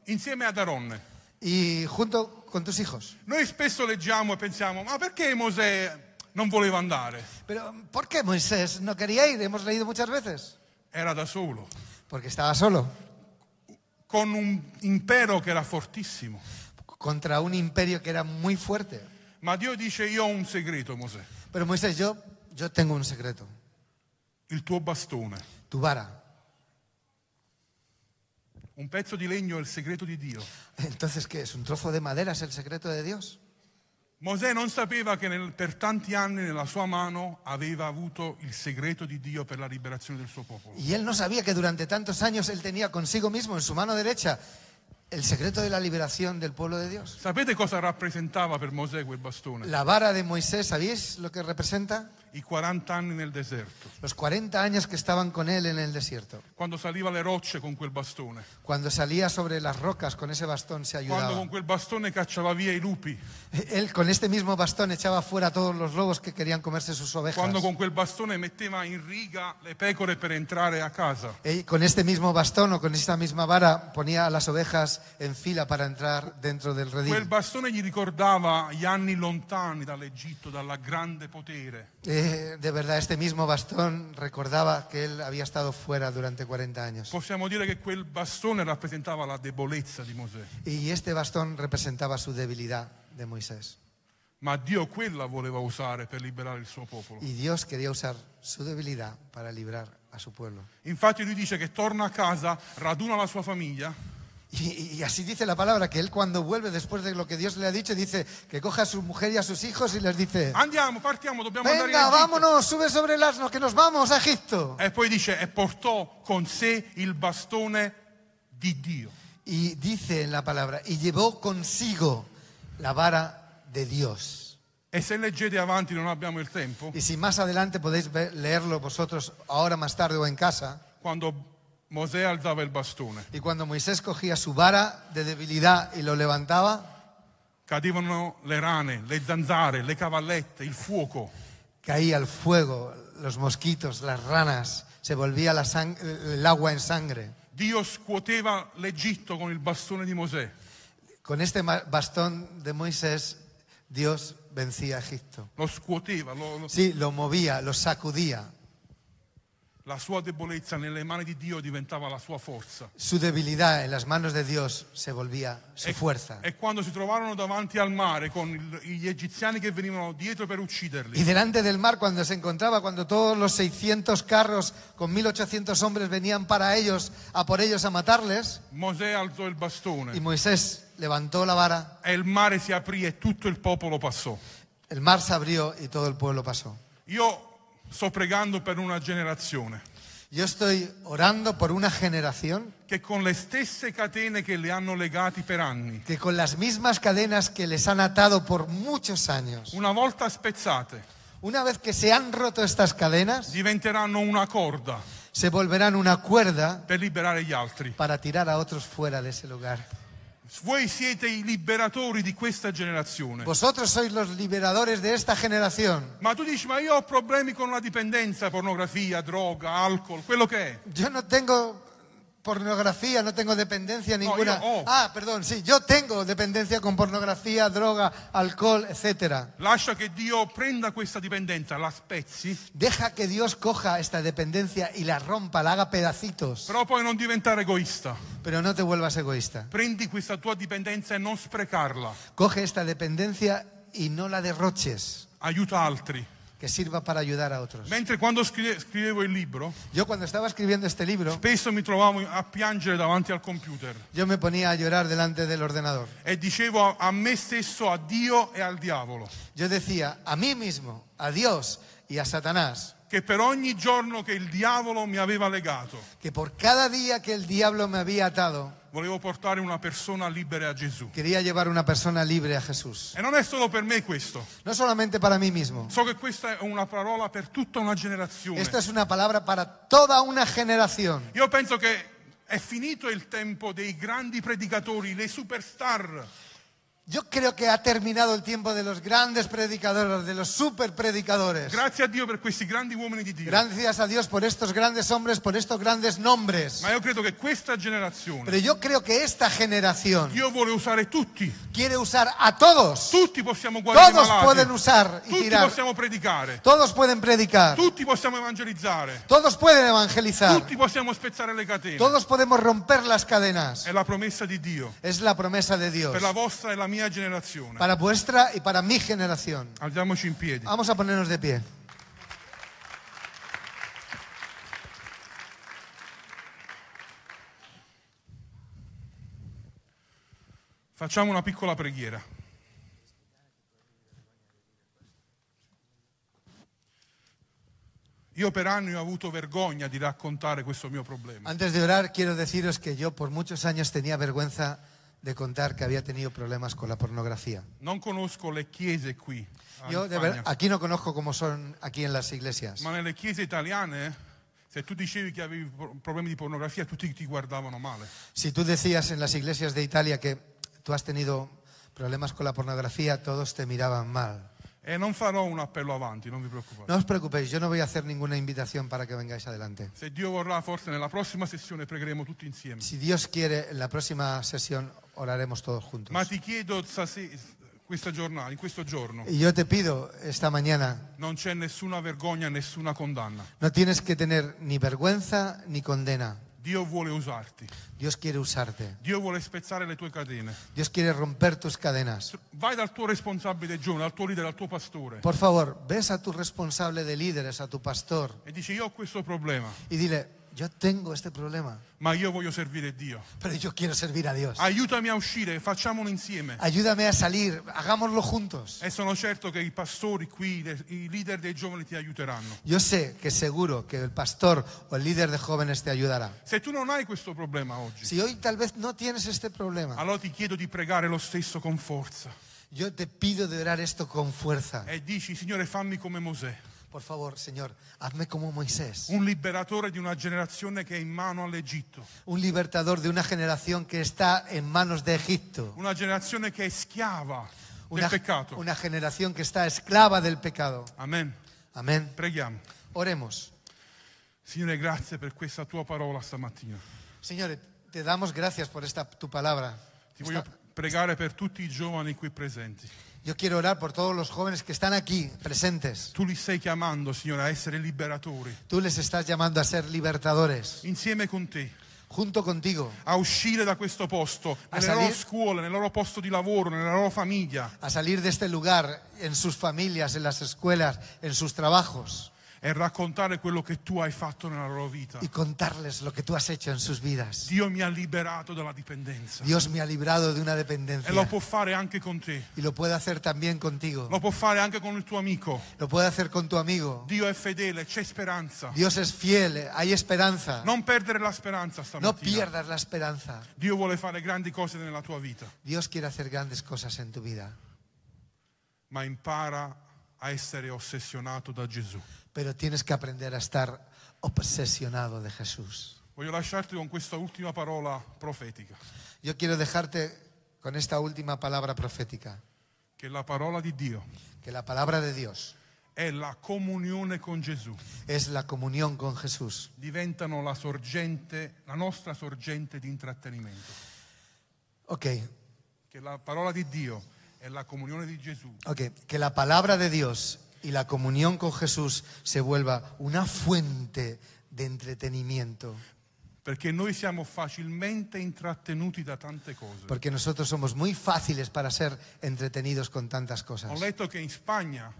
Speaker 2: insieme ad Aronne.
Speaker 1: y junto con tus hijos.
Speaker 2: Noi spesso leggiamo e pensiamo, ma perché Mosè non voleva andare?
Speaker 1: Pero ¿por qué Moisés no quería ir? Hemos leído muchas veces.
Speaker 2: Era da solo,
Speaker 1: Porque estaba solo
Speaker 2: con un impero che era fortissimo.
Speaker 1: contra un imperio que era muy fuerte.
Speaker 2: Ma Dio dice, io ho un segreto, Mosè,
Speaker 1: Pero Moisés, yo, yo tengo un secreto,
Speaker 2: il tuo bastone.
Speaker 1: tu vara.
Speaker 2: Un pezzo di legno è il segreto di Dio.
Speaker 1: Entonces, ¿qué es? ¿Un trozo de madera es el secreto de Dios?
Speaker 2: Mosè non sapeva che nel- per tanti anni nella sua mano aveva avuto il segreto di Dio per la liberazione del suo popolo.
Speaker 1: Y él no sabía que durante tantos años él tenía consigo mismo, en su mano derecha, el secreto de la liberación del pueblo de Dios.
Speaker 2: Sapete cosa rappresentava per Mosè quel bastone?
Speaker 1: La vara de Moisés, ¿sabéis lo que representa?
Speaker 2: I 40 anni nel deserto,
Speaker 1: Los 40 años que estaban con él en el desierto.
Speaker 2: quando saliva le rocce con quel bastone,
Speaker 1: Cuando salía sobre las rocas con ese bastón se
Speaker 2: quando con
Speaker 1: ayudaba.
Speaker 2: quel bastone cacciava via i lupi,
Speaker 1: Él con este mismo bastón echaba fuera a todos los lobos que querían comerse sus ovejas.
Speaker 2: quando con quel bastone metteva in riga le pecore per entrare a casa,
Speaker 1: Él con este mismo bastón o con esta misma vara ponía a las ovejas en fila para entrar dentro del
Speaker 2: quel
Speaker 1: redil.
Speaker 2: bastone gli ricordava gli anni lontani dall'Egitto, dalla grande potere.
Speaker 1: Eh, de verdad, este mismo bastón recordaba que él había estado fuera durante 40 años.
Speaker 2: Possiamo dire che quel bastone rappresentava la debolezza di Mosè.
Speaker 1: Y este bastón representaba su debilidad de Moisés.
Speaker 2: Ma Dio quella voleva usare per liberare il suo popolo.
Speaker 1: Y Dios quería usar su debilidad para librar a su pueblo.
Speaker 2: Infatti lui dice che torna a casa, raduna la sua famiglia
Speaker 1: Y, y así dice la palabra, que él cuando vuelve después de lo que Dios le ha dicho, dice que coja a su mujer y a sus hijos y les dice,
Speaker 2: Andiamo, partiamo, dobbiamo andare in
Speaker 1: venga,
Speaker 2: Egitto.
Speaker 1: vámonos, sube sobre el asno, que nos vamos a Egipto.
Speaker 2: E poi dice, e portò con sé il bastone di Dio.
Speaker 1: Y dice en la palabra, y llevó consigo la vara de Dios.
Speaker 2: E se leggete avanti, non abbiamo il tempo,
Speaker 1: Y si más adelante podéis ver- leerlo vosotros ahora más tarde o en casa,
Speaker 2: quando Mosè alzava il bastone,
Speaker 1: y cuando Moisés cogía su vara de debilidad y lo levantaba,
Speaker 2: cadevano le rane, le zanzare, le cavallette, il fuoco.
Speaker 1: caía el fuego, los mosquitos, las ranas, se volvía la sang- el agua en sangre.
Speaker 2: Dio scuoteva l'Egitto con il bastone di Mosè.
Speaker 1: Con este ma- bastón de Moisés, Dios vencía a Egipto.
Speaker 2: Lo scuoteva, lo- lo-
Speaker 1: Sí, lo movía, lo sacudía.
Speaker 2: La sua debolezza nelle mani di Dio diventava la sua forza.
Speaker 1: Su debilidad en las manos de Dios se volvía su
Speaker 2: E-
Speaker 1: fuerza.
Speaker 2: E quando si trovarono davanti al mare con il- gli egiziani che venivano dietro per ucciderli,
Speaker 1: Y delante del mar, cuando se encontraba, cuando todos los 600 carros con 1800 hombres venían para ellos, a por ellos a matarles,
Speaker 2: Mosè alzò il
Speaker 1: y
Speaker 2: bastone
Speaker 1: Moisés levantó la vara,
Speaker 2: e il mare si aprì e tutto il popolo passò.
Speaker 1: el mar se abrió y todo el pueblo pasó.
Speaker 2: Io sto pregando per una generazione
Speaker 1: Yo estoy orando por una generación
Speaker 2: che con le stesse catene che li hanno legati per anni,
Speaker 1: que con las mismas cadenas que les han atado por muchos años,
Speaker 2: una volta spezzate,
Speaker 1: una vez que se han roto estas cadenas,
Speaker 2: diventeranno una corda
Speaker 1: se volverán una cuerda
Speaker 2: per liberare gli altri.
Speaker 1: para tirar a otros fuera de ese lugar.
Speaker 2: Voi siete i liberatori di questa generazione.
Speaker 1: Vosotros sois los liberadores de esta generación.
Speaker 2: Ma tu dici, ma io ho problemi con la dipendenza, pornografia, droga, alcol, quello che è.
Speaker 1: Yo no tengo pornografía, no tengo dependencia ninguna.
Speaker 2: yo, oh.
Speaker 1: Ah, perdón, sí, yo tengo dependencia con pornografía, droga, alcohol, etcétera.
Speaker 2: Lascia che Dio prenda questa dipendenza, la spezzi,
Speaker 1: Deja que Dios coja esta dependencia y la rompa, la haga pedacitos,
Speaker 2: però poi non diventare egoista.
Speaker 1: pero no te vuelvas egoísta.
Speaker 2: Prendi questa tua dipendenza e non sprecarla.
Speaker 1: Coge esta dependencia y no la derroches,
Speaker 2: Aiuta altri.
Speaker 1: que sirva para ayudar a otros.
Speaker 2: Mentre quando scri- scrivevo il libro,
Speaker 1: Yo cuando estaba escribiendo este libro,
Speaker 2: spesso mi trovavo a piangere davanti al computer
Speaker 1: yo me ponía a llorar delante del ordenador.
Speaker 2: e dicevo a a me stesso, a Dio e al diavolo,
Speaker 1: Yo decía a mí mismo, a Dios y a Satanás,
Speaker 2: che per ogni giorno che il diavolo mi aveva legato,
Speaker 1: que por cada día que el diablo me había atado,
Speaker 2: volevo portare una persona libera a Gesù.
Speaker 1: Quería llevar una persona libre a Jesús.
Speaker 2: E non è solo per me questo.
Speaker 1: No solamente para mí mismo.
Speaker 2: So che questa è una parola per tutta una generazione.
Speaker 1: Esta es una palabra para toda una generación.
Speaker 2: Io penso che è finito il tempo dei grandi predicatori, le superstar.
Speaker 1: Yo creo que ha terminado el tiempo de los grandes predicadores, de los super predicadores.
Speaker 2: Grazie a Dio per questi grandi uomini di Dio.
Speaker 1: Gracias a Dios por estos grandes hombres, por estos grandes nombres.
Speaker 2: Ma io credo che questa generazione,
Speaker 1: Pero yo creo que esta generación
Speaker 2: Dio vuole usare tutti.
Speaker 1: quiere usar a todos.
Speaker 2: Tutti possiamo guardare
Speaker 1: Todos pueden usar y
Speaker 2: Tutti
Speaker 1: tirar.
Speaker 2: possiamo predicare.
Speaker 1: Todos pueden predicar.
Speaker 2: Tutti possiamo evangelizzare.
Speaker 1: Todos pueden evangelizar.
Speaker 2: Tutti possiamo spezzare le catene.
Speaker 1: Todos podemos romper las cadenas.
Speaker 2: È la promessa di Dio
Speaker 1: Es la promesa de Dios.
Speaker 2: per la vostra e la mia generazione.
Speaker 1: Para vuestra y para mi generación.
Speaker 2: Alziamoci in piedi.
Speaker 1: Vamos a ponernos de pie.
Speaker 2: Facciamo una piccola preghiera. Io per anni ho avuto vergogna di raccontare questo mio problema.
Speaker 1: Antes de orar, quiero deciros que yo por muchos años tenía vergüenza de contar que había tenido problemas con la pornografía.
Speaker 2: Non conosco le chiese qui, a
Speaker 1: Yo de
Speaker 2: Spagna,
Speaker 1: ver- aquí no conozco cómo son aquí en las iglesias,
Speaker 2: ma nelle chiese italiane se tu dicevi che avevi pro- problemi di pornografia tutti ti guardavano male.
Speaker 1: si tú decías en las iglesias de Italia que tú has tenido problemas con la pornografía, todos te miraban mal.
Speaker 2: E non farò un appello avanti, non vi preoccupate.
Speaker 1: No os preocupéis, yo no voy a hacer ninguna invitación para que vengáis adelante.
Speaker 2: Se Dio vorrà, forse nella prossima sessione pregheremo tutti insieme.
Speaker 1: Si Dios quiere, en la próxima sesión oraremos todos juntos.
Speaker 2: Ma ti chiedo stasera, questa giornata, in questo giorno,
Speaker 1: Y yo te pido esta mañana
Speaker 2: Non c'è nessuna vergogna, nessuna condanna.
Speaker 1: No tienes que tener ni vergüenza ni condena.
Speaker 2: Dio vuole usarti.
Speaker 1: Dios quiere usarte.
Speaker 2: Dio vuole spezzare le tue catene.
Speaker 1: Dios quiere romper tus cadenas.
Speaker 2: Vai dal tuo responsabile giovane, dal tuo leader, dal tuo pastore
Speaker 1: Por favor, ves a tu responsable de líderes, a tu pastor,
Speaker 2: e dici io ho questo problema,
Speaker 1: y dile, yo tengo este problema,
Speaker 2: ma io voglio servire Dio.
Speaker 1: pero yo quiero servir a Dios.
Speaker 2: Aiutami a uscire, facciamolo insieme.
Speaker 1: Ayúdame a salir, hagámoslo juntos.
Speaker 2: E sono certo che i pastori qui, le- i leader dei giovani ti aiuteranno.
Speaker 1: Yo sé que seguro que el pastor o el líder de jóvenes te ayudará.
Speaker 2: Se tu non hai questo problema oggi,
Speaker 1: Si hoy tal vez no tienes este problema,
Speaker 2: allora ti chiedo di pregare lo stesso con forza
Speaker 1: yo te pido de orar esto con fuerza.
Speaker 2: e dici Signore fammi come Mosè,
Speaker 1: Por favor, Señor, hazme como Moisés,
Speaker 2: un liberatore di una generazione che è in mano all'Egitto.
Speaker 1: un libertador de una generación que está en manos de Egipto.
Speaker 2: una generazione che è schiava del
Speaker 1: una,
Speaker 2: peccato.
Speaker 1: una generación que está esclava del pecado.
Speaker 2: Amen.
Speaker 1: Amén.
Speaker 2: Preghiamo.
Speaker 1: Oremos.
Speaker 2: Signore, grazie per questa tua parola stamattina.
Speaker 1: Señores, te damos gracias por esta tu palabra.
Speaker 2: Ti voglio
Speaker 1: Esta-
Speaker 2: pregare per tutti i giovani qui presenti.
Speaker 1: Yo quiero orar por todos los jóvenes que están aquí presentes.
Speaker 2: Tu li stai chiamando, Signore, a essere liberatori,
Speaker 1: Tú les estás llamando a ser libertadores,
Speaker 2: insieme con te,
Speaker 1: junto contigo,
Speaker 2: a uscire da questo posto,
Speaker 1: A
Speaker 2: nelle loro
Speaker 1: salir-
Speaker 2: scuole, nel loro posto di lavoro, nella loro famiglia,
Speaker 1: a salir de este lugar en sus familias, en las escuelas, en sus trabajos
Speaker 2: e raccontare quello che tu hai fatto nella loro vita.
Speaker 1: y contarles lo que tú has hecho en sus vidas.
Speaker 2: Dio mi ha liberato dalla dipendenza.
Speaker 1: Dios me ha librado de una
Speaker 2: E lo
Speaker 1: dependencia
Speaker 2: può fare anche con te,
Speaker 1: y lo puede hacer también contigo.
Speaker 2: lo può fare anche con il tuo amico.
Speaker 1: Lo puede hacer con tu amigo.
Speaker 2: Dio è fedele, c'è speranza.
Speaker 1: Dios es fiel, hay esperanza.
Speaker 2: Non perdere la speranza
Speaker 1: No
Speaker 2: stamattina.
Speaker 1: pierdas la esperanza.
Speaker 2: Dio vuole fare grandi cose nella tua vita,
Speaker 1: Dios quiere hacer grandes cosas en tu vida,
Speaker 2: ma impara a essere ossessionato da Gesù.
Speaker 1: pero tienes que aprender a estar obsesionado de Jesús.
Speaker 2: Voglio lasciarti con questa ultima parola profetica,
Speaker 1: Yo quiero dejarte con esta última palabra profética,
Speaker 2: che la parola di Dio
Speaker 1: que la palabra de Dios
Speaker 2: è la comunione con Gesù,
Speaker 1: es la comunión con Jesús.
Speaker 2: diventano la sorgente, la nostra sorgente di intrattenimento.
Speaker 1: Ok,
Speaker 2: Che la parola di Dio è la comunione di Gesù,
Speaker 1: ok, que la palabra de Dios y la comunión con Jesús se vuelva una fuente de entretenimiento,
Speaker 2: perché noi siamo facilmente intrattenuti da tante cose.
Speaker 1: porque nosotros somos muy fáciles para ser entretenidos con tantas
Speaker 2: Ho
Speaker 1: cosas.
Speaker 2: letto che in Spagna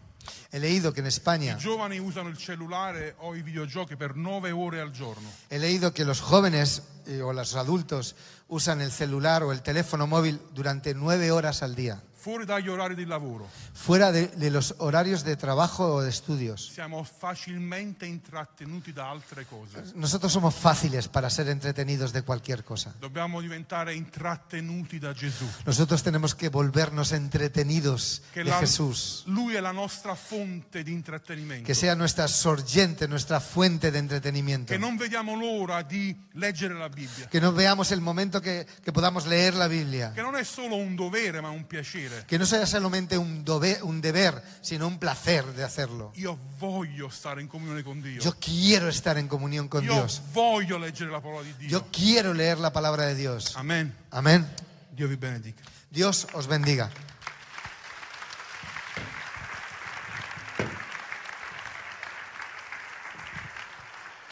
Speaker 1: He leído que en España
Speaker 2: i giovani usano il cellulare o i videogiochi per 9 ore al giorno.
Speaker 1: He leído que los jóvenes eh, o los adultos usan el celular o el teléfono móvil durante nueve horas al día,
Speaker 2: Fuori dagli orari di lavoro
Speaker 1: fuera de, de los horarios de trabajo o de estudios.
Speaker 2: siamo facilmente intrattenuti da altre cose.
Speaker 1: Nosotros somos fáciles para ser entretenidos de cualquier cosa.
Speaker 2: Dobbiamo diventare intrattenuti da Gesù.
Speaker 1: Nosotros tenemos que volvernos entretenidos
Speaker 2: Che
Speaker 1: de
Speaker 2: la-
Speaker 1: Jesús,
Speaker 2: Lui è la nostra fonte di intrattenimento.
Speaker 1: que sea nuestra sorgente, nuestra fuente de entretenimiento.
Speaker 2: Che non vediamo l'ora di leggere la Bibbia.
Speaker 1: Que no veamos el momento que, que podamos leer la Biblia.
Speaker 2: Che non è solo un dovere ma un piacere.
Speaker 1: Que no sea solamente un, dobe- un deber, sino un placer de hacerlo.
Speaker 2: Io voglio stare in comunione con Dio.
Speaker 1: Yo quiero estar en comunión con
Speaker 2: Io
Speaker 1: Dios.
Speaker 2: voglio leggere la parola di Dio.
Speaker 1: Yo quiero leer la palabra de Dios.
Speaker 2: Amen.
Speaker 1: Amén.
Speaker 2: Dio vi benedica.
Speaker 1: Dios os bendiga.